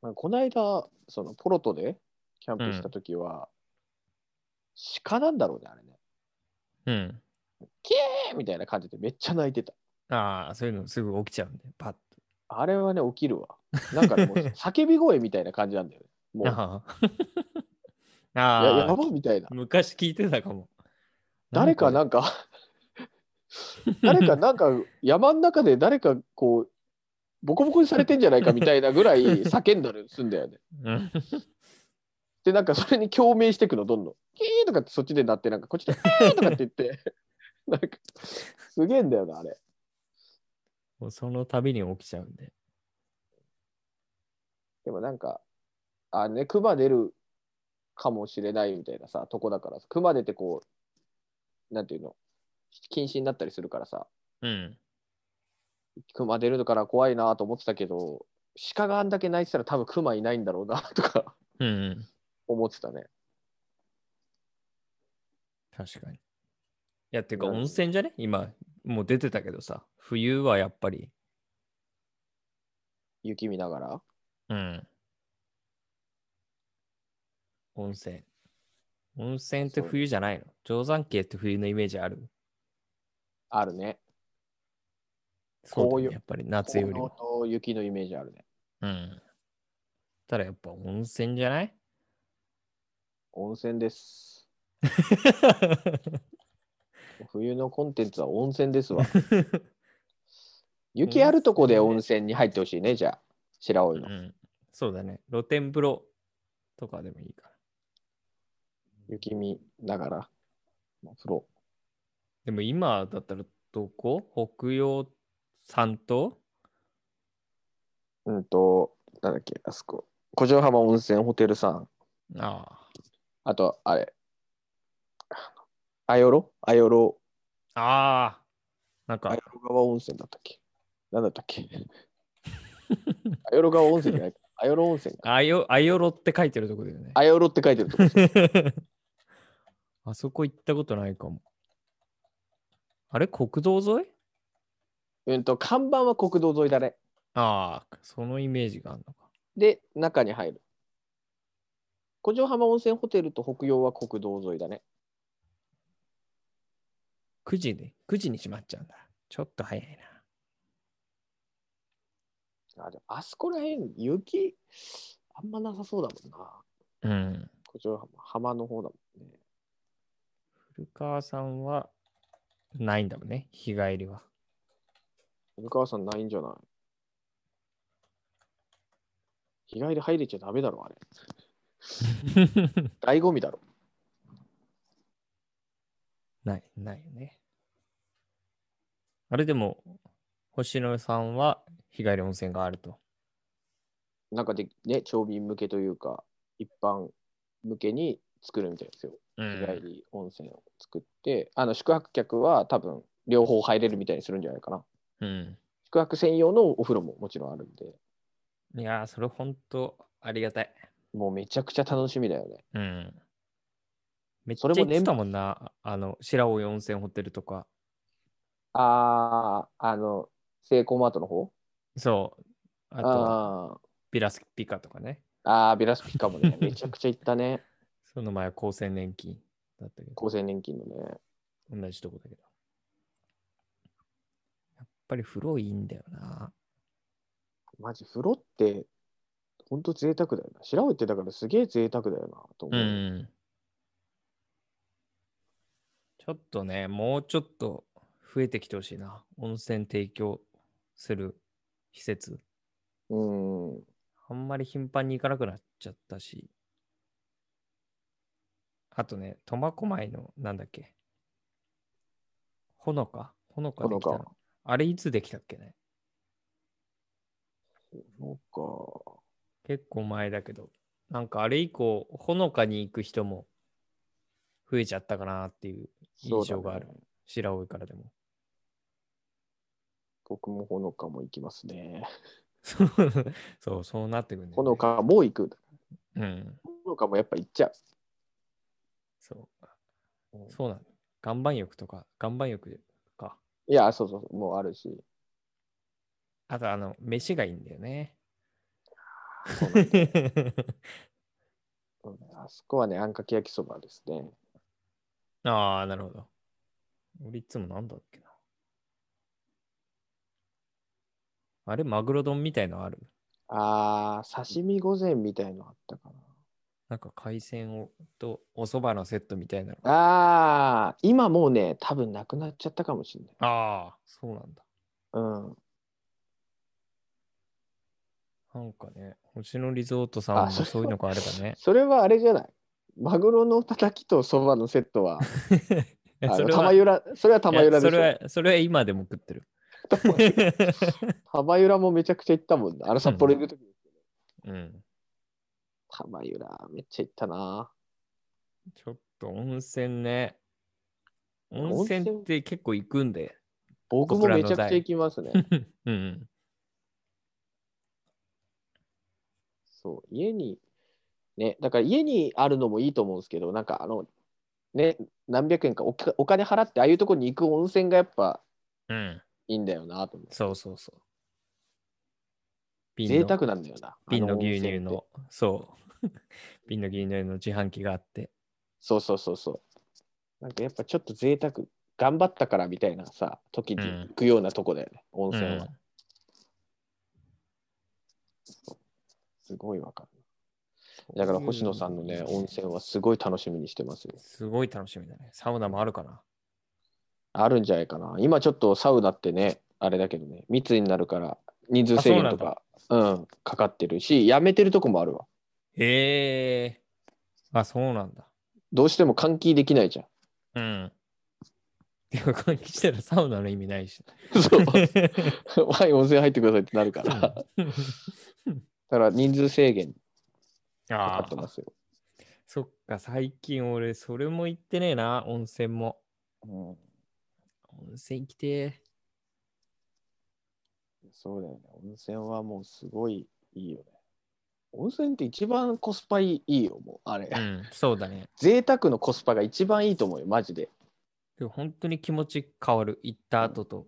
S2: まあこの間、そのポロトでキャンプした時は、鹿なんだろうね、あれね。
S1: うん。
S2: えーみたいな感じでめっちゃ泣いてた。
S1: ああ、そういうのすぐ起きちゃうんで、パッと。
S2: あれはね、起きるわ。なんかね もう叫び声みたいな感じなんだよね。もう、や
S1: ああ。
S2: や
S1: ああ
S2: ばみたいな。
S1: 昔聞いてたかも。
S2: 誰かなんか 誰かなんか山の中で誰かこうボコボコにされてんじゃないかみたいなぐらい叫んだりすんだよね。
S1: うん
S2: でなんかそれに共鳴してくのどんどん「キー」とかってそっちでなってなんかこっちで「キー」とかって言って なんかすげえんだよなあれ。
S1: もうその度に起きちゃうんで。
S2: でもなんかあね熊出るかもしれないみたいなさとこだからさ熊出てこうなんていうの禁止になったりするからさ
S1: うん。
S2: 熊出るから怖いなと思ってたけど鹿があんだけ泣いてたら多分熊いないんだろうなとか
S1: うん、うん。
S2: 思ってたね
S1: 確かに。いや、てか
S2: なんか
S1: 温泉じゃね今、もう出てたけどさ、冬はやっぱり、
S2: 雪見ながら
S1: うん。温泉。温泉って
S2: そう
S1: 冬じゃないの定山渓って冬のイメージある
S2: あるね
S1: そうだよね
S2: 紅葉
S1: やっぱり夏より
S2: 紅
S1: も。
S2: 葉と雪のイメージあるね
S1: うん。ただやっぱ温泉じゃない
S2: 温泉です冬のコンテンツは温泉で すわ雪あるとこで温泉に入ってほしいねじゃあ白
S1: う
S2: 老の、
S1: ん。 そうだね。露天風呂とかでもいいから。
S2: 雪見ながらお風呂
S1: でも今だったらどこ北洋三島
S2: うんとなんだっけあそこ古城浜温泉ホテルさん
S1: ああ。
S2: あとあれあよろあよろ
S1: ああ。なんか
S2: あよ、ろ川温泉だったっけなんだったっけ あよろ川温泉じゃないか。あよろ温泉か。
S1: あよ、あよろって書いてるとこだよね。
S2: あよろって書いてるとこ。
S1: あそこ行ったことないかも。あれ国道沿い
S2: うんと、看板は国道沿いだね。
S1: ああ、そのイメージがあるのか。
S2: で、中に入る。古城浜温泉ホテルと北洋は国道沿いだね。
S1: 9時に、9時に閉まっちゃうんだ。ちょっと早いな。
S2: あでもあそこらへん、雪、あんまなさそうだもんな。
S1: うん。
S2: 古城浜、浜の方だもんね。
S1: 古川さんはないんだもんね、日帰りは。
S2: 古川さんないんじゃない日帰り入れちゃダメ だろ、あれ。醍醐味だろ。
S1: ない、ないよね。あれでも、星野さんは日帰り温泉があると。
S2: なんかで、ね、町民向けというか、一般向けに作るみたいですよ。
S1: う
S2: 日帰り温泉を作って、あの宿泊客は多分両方入れるみたいにするんじゃないかな。
S1: うん。
S2: 宿泊専用のお風呂ももちろんあるんで、
S1: いやー、それ本当ありがたい。
S2: もうめちゃくちゃ楽しみだよね。
S1: うん。めっちゃ
S2: それ
S1: 行
S2: も
S1: っ
S2: 年
S1: てたもんな、あの、白老温泉ホテルとか。
S2: あー、あの、セイコーマートの方
S1: そう。あと、
S2: あ
S1: ビラスピカとかね。
S2: ああー、ビラスピカもね、めちゃくちゃ行ったね。
S1: その前は厚生年金だったけど、
S2: 厚生年金のね。
S1: 同じとこだけど。やっぱり風呂いいんだよな。
S2: マジ、風呂って、ほんと贅沢だよな。白老ってだからすげえ贅沢だよな、と思う。
S1: うん。ちょっとね、もうちょっと増えてきてほしいな。温泉提供する施設。
S2: うん
S1: あんまり頻繁に行かなくなっちゃったし。あとね、苫小牧の、なんだっけ。ほのかほのかできた
S2: ほの
S1: の。あれいつできたっけね
S2: そうか。
S1: 結構前だけど。なんかあれ以降、ほのかに行く人も増えちゃったかなっていう印象がある。
S2: そうだね
S1: 白老からでも。
S2: 僕もほのかも行きますね。
S1: そう、そうなってくるね。
S2: ほの。かも行く。
S1: うん。
S2: ほのかもやっぱ行っちゃう。
S1: そう。そうなの。岩盤浴とか、岩盤浴か。
S2: いや、そうそう、もうあるし。
S1: あと、あの、飯がいいんだよね。
S2: そうねうんあそこはね、あんかけ焼きそばですね。
S1: ああ、なるほど。俺いつもなんだっけな。あれ、マグロ丼みたいのある
S2: あー、刺身御膳みたいのあったかな。
S1: なんか海鮮をとお蕎麦のセットみたいなのが。
S2: あー、今もうね、多分なくなっちゃったかもしれない。
S1: ああ、そうなんだ。
S2: うん。
S1: なんかね、星野リゾートさんも
S2: あそれ。
S1: そういうのがあればね
S2: それはあれじゃない。マグロのたたきとそばのセ ットは、あの
S1: それは
S2: 玉ゆら、それは玉ゆら
S1: いやそ
S2: でし
S1: れ
S2: ょ。
S1: は、それは今でも食 ってる。
S2: 玉ゆらもめちゃくちゃ行ったもんな。あれ札幌行くとき、
S1: うん。
S2: 玉ゆらめっちゃ行ったな。
S1: ちょっと温泉ね。
S2: 温
S1: 温
S2: 泉
S1: 泉って結構行くんで。
S2: 僕もめちゃくちゃ行きます ね。
S1: うん。
S2: そう、家に、ね、だから家にあるのもいいと思うんですけど、なんかあの、ね、何百円かおかお金払って、ああいうとこに行く温泉がやっぱ
S1: うん。
S2: いいんだよなと思う。
S1: そうそうそう。瓶の
S2: 贅沢なんだよな。
S1: 瓶の
S2: あ温
S1: 牛
S2: 泉
S1: 乳
S2: って。
S1: の、そう。 瓶の牛乳の自販機があって。
S2: そうそうそうそう。なんかやっぱちょっと贅沢、頑張ったからみたいなさ、時に行くようなとこだよね、温泉
S1: う
S2: は。
S1: ん
S2: すごいわかる。だから星野さんのね、温泉はすごい楽しみにしてますよ。
S1: すごい楽しみだね。サウナもあるかな。
S2: あるんじゃないかな。今ちょっとサウナってね、あれだけどね、密になるから人数制限とか、うん、かかってるし、やめてるとこもあるわ。
S1: へえ。あ、そうなんだ。
S2: どうしても換気できないじゃん。
S1: うん。でも換気したらサウナの意味ない し。
S2: そう。はい、温泉入ってくださいってなるから。だか
S1: うん
S2: ら人数制限かか
S1: あ
S2: ってま
S1: あ、
S2: すよ。
S1: そっか、最近俺、それも行ってねえな、温泉も。
S2: うん、
S1: 温泉来て
S2: そうだよね。温泉はもうすごいいいよね。温泉って一番コスパいいよ、もう。あれ。
S1: え。うん、そうだね。
S2: 贅沢のコスパが一番いいと思うよ、マジで。
S1: でも本当に気持ち変わる。行った後と、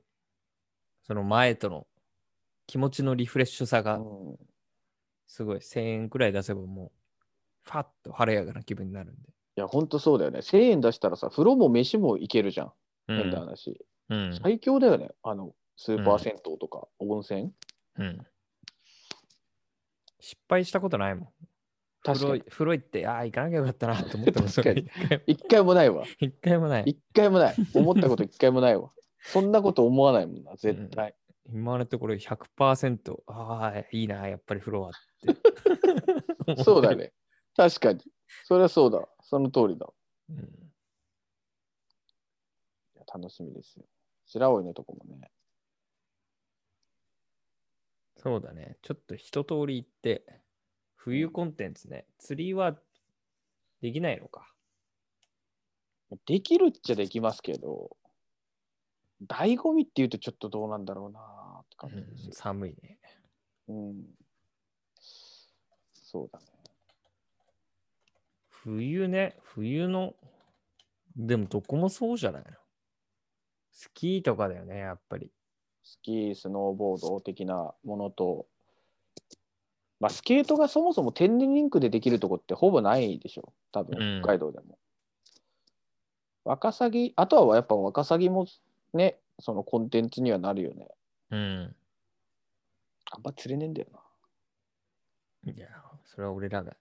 S1: その前との気持ちのリフレッシュさ
S2: う
S1: が
S2: ん、
S1: すごい。1000円くらい出せばもう、ファッと晴れやかな気分になるんで。
S2: いや、ほんとそうだよね。1000円出したらさ、風呂も飯も行けるじゃん。
S1: う。
S2: 変なん話。
S1: うん。
S2: 最強だよね。あの、スーパー銭湯とか、温泉。
S1: うん、失敗したことないもん。風
S2: 確か
S1: 呂
S2: に
S1: い風呂行って、ああ、行かなきゃよかったなと思ったこと
S2: 確かに
S1: 一回も
S2: 一回もないわ。
S1: 一回もない。
S2: 一回もない。思ったこと一回もないわ。そんなこと思わないもんな、絶対。
S1: 今のところ100%、ああ、いいな、やっぱり風呂は って。
S2: そうだね。確かに。そりゃそうだ。その通りだ。
S1: うん。
S2: いや楽しみですよ。白老のとこもね。
S1: そうだね。ちょっと一通り行って、冬コンテンツね。釣りはできないのか。
S2: できるっちゃできますけど、醍醐味っていうとちょっとどうなんだろうなって感じです
S1: うん
S2: よ。
S1: 寒いね。
S2: うん。そうだね。
S1: 冬ね、冬の、でもどこもそうじゃないの。スキーとかだよね、やっぱり。
S2: スキー、スノーボード的なものと、まあ、スケートがそもそも天然リンクでできるとこってほぼないでしょ、多
S1: う
S2: 分
S1: ん
S2: 北海道でも。ワカサギ、あとはやっぱワカサギもね、そのコンテンツにはなるよね。
S1: うん。
S2: あんま釣れねえんだよな。
S1: いや、それは俺らが。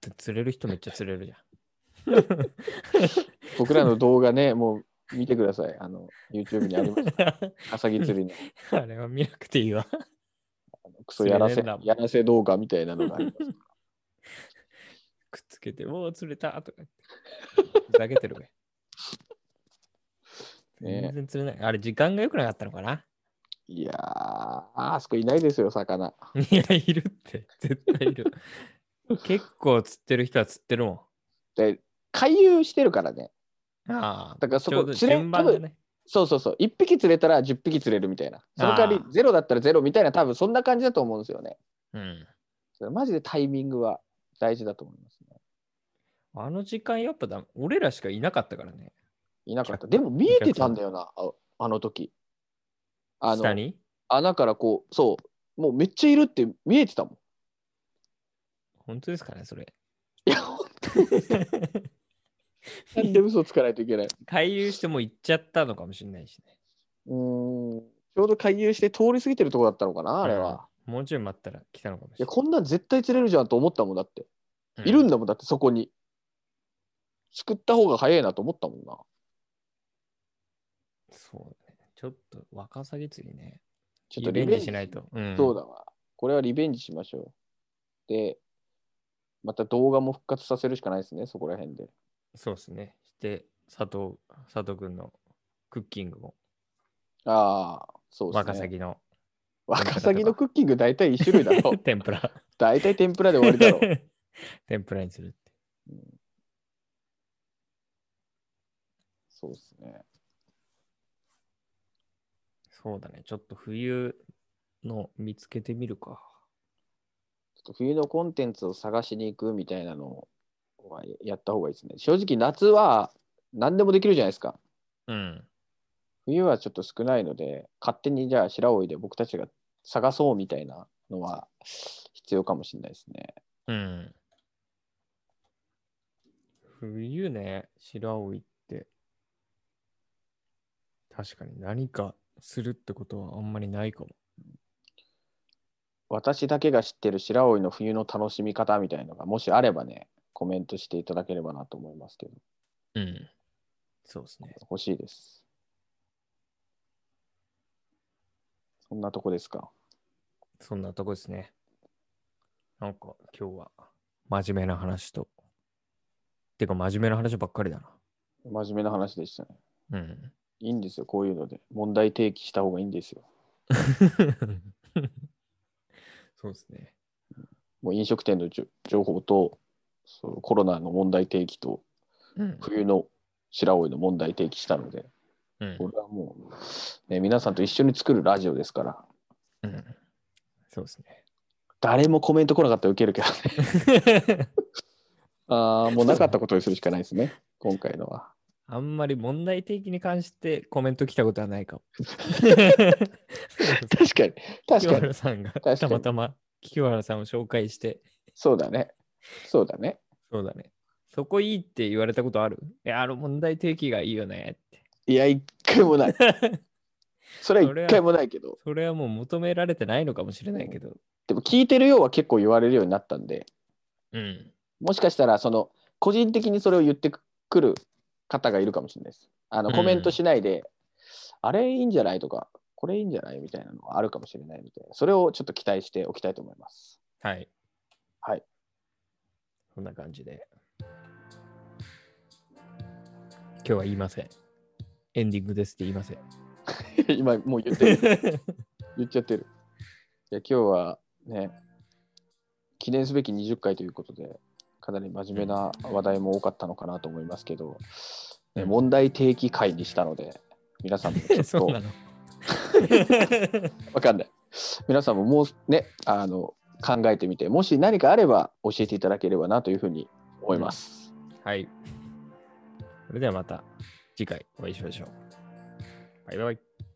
S1: つ釣れる人めっちゃ釣れるじゃん。
S2: 僕らの動画ね、もう見てください。あの、YouTube にあります。ワカサギ釣りの
S1: あれは見なくていいわ。
S2: クソやら
S1: 釣れねえ
S2: せ
S1: んだ、もん
S2: やらせ動画みたいなのがあります。
S1: くっつけて、もう釣れたとか言 って。ふざけてるべ。
S2: ねえ
S1: 全然釣れない。あれ、時間が良くなかったのかない
S2: やー、あそこいないですよ、魚。
S1: いや、いるって。絶対 いる。結構釣ってる人は釣ってるも
S2: で、回遊してるからね。
S1: ん。ああ。
S2: だからそ
S1: ちょ
S2: こ
S1: うど
S2: 釣れ
S1: 順番だね。
S2: そうそうそう。1匹釣れたら10匹釣れるみたいな。その代わり
S1: あー
S2: ゼロだったらゼロみたいな、多分そんな感じだと思うんですよね。
S1: うん。
S2: それマジでタイミングは大事だと思いますね。
S1: あの時間やっぱだ、俺らしかいなかったからね。
S2: いなかった。でも見えてたんだよな、ああの時。あ
S1: 下
S2: の、
S1: に
S2: 穴からこう、そう、もうめっちゃいるって見えてたもん。
S1: 本当ですかね、それ。
S2: いや、本当に。 なんで嘘つかないといけない。
S1: 回遊してもう行っちゃったのかもしれないしね。
S2: うーん。ちょうど回遊して通り過ぎてるとこだったのかな、あれは。
S1: もうちょい待ったら来たのかもし
S2: い
S1: れ
S2: や、こんなん絶対釣れるじゃんと思ったもんだって。
S1: ない。
S2: いるん
S1: だ。
S2: だもんだって、そこに。救った方が早いなと思ったもんな。
S1: そうね。ちょっとワカサギ釣りね。
S2: ちょっと
S1: リ
S2: リ
S1: ベン
S2: ベ
S1: ジ
S2: ンジ
S1: しないと。うん
S2: そうだわ。これはリベンジしましょう。で、また動画も復活させるしかないですね、そこら辺で。
S1: そうですね。して、佐藤、佐藤くんのクッキングも、
S2: ああ、そうですね。
S1: ワカサギの
S2: ワカサギのクッキング大体一種類
S1: 。
S2: だろ
S1: 天ぷら。
S2: 大体天ぷらで終わりだろ。
S1: 天ぷらにするって。
S2: そうですね。
S1: そうだね。ちょっと冬の見つけてみるか。
S2: ちょっと冬のコンテンツを探しに行くみたいなのはやった方がいいですね。正直夏は何でもできるじゃないですか。
S1: うん。
S2: 冬はちょっと少ないので、勝手にじゃあ白老で僕たちが探そうみたいなのは必要かもしれないですね。
S1: うん。冬ね、白老って、確かに何かするってことはあんまりないかも。
S2: 私だけが知ってる白老の冬の楽しみ方みたいのがもしあればね、コメントしていただければなと思いますけど、
S1: うん。そうですね。
S2: 欲しいです。そんなとこですか。
S1: そんなとこですね。なんか今日は真面目な話と、てか真面目な話ばっかりだ
S2: 真面目な話でしたね。
S1: な。うん。
S2: いいんですよ、こういうので。問題提起した方がいいんですよ。
S1: そうですね。
S2: もう飲食店のじゅ情報と、そうコロナの問題提起と、
S1: うん。
S2: 冬の白老の問題提起したので、
S1: うん
S2: これはもう、ね、皆さんと一緒に作るラジオですから、
S1: うん、そうですね。
S2: 誰もコメント来なかったらウケるけどね。 ああ、もうなかったことにするしかないですね、今回のは。
S1: あんまり問題提起に関してコメント来たことはない かも。
S2: 確かに、
S1: 清
S2: 確かに、
S1: 原さんが
S2: 確かに
S1: たまたま清原さんを紹介して、
S2: そうだね。そうだね。
S1: そうだね。そこいいって言われたことあるいや、あの問題提起がいいよねって。
S2: いや、一回も ない。それは一回もないけど、
S1: それはもう求められてないのかもしれないけど。
S2: でも聞いてるようは結構言われるようになったんで、
S1: うん。
S2: もしかしたら、その、個人的にそれを言ってくる方がいるかもしれないです。あの、コメントしないで、あれいいんじゃないとか、これいいんじゃないみたいなのがあるかもしれないので、それをちょっと期待しておきたいと思います。
S1: はい。
S2: はい。
S1: そんな感じで。今日は言いません。エンディングですって言いま せん。
S2: 今、もう言ってる。言っちゃってる。いや今日はね、記念すべき20回ということで、かなり真面目な話題も多かったのかなと思いますけど、ね、
S1: うん
S2: 問題提起会にしたので、皆さんもちょっ
S1: そう
S2: と
S1: なの。
S2: わかんない。皆さんももうね、あの考えてみて、もし何かあれば教えていただければなというふうに思います。
S1: はい。それではまた次回お会いしましょう。バイバイ。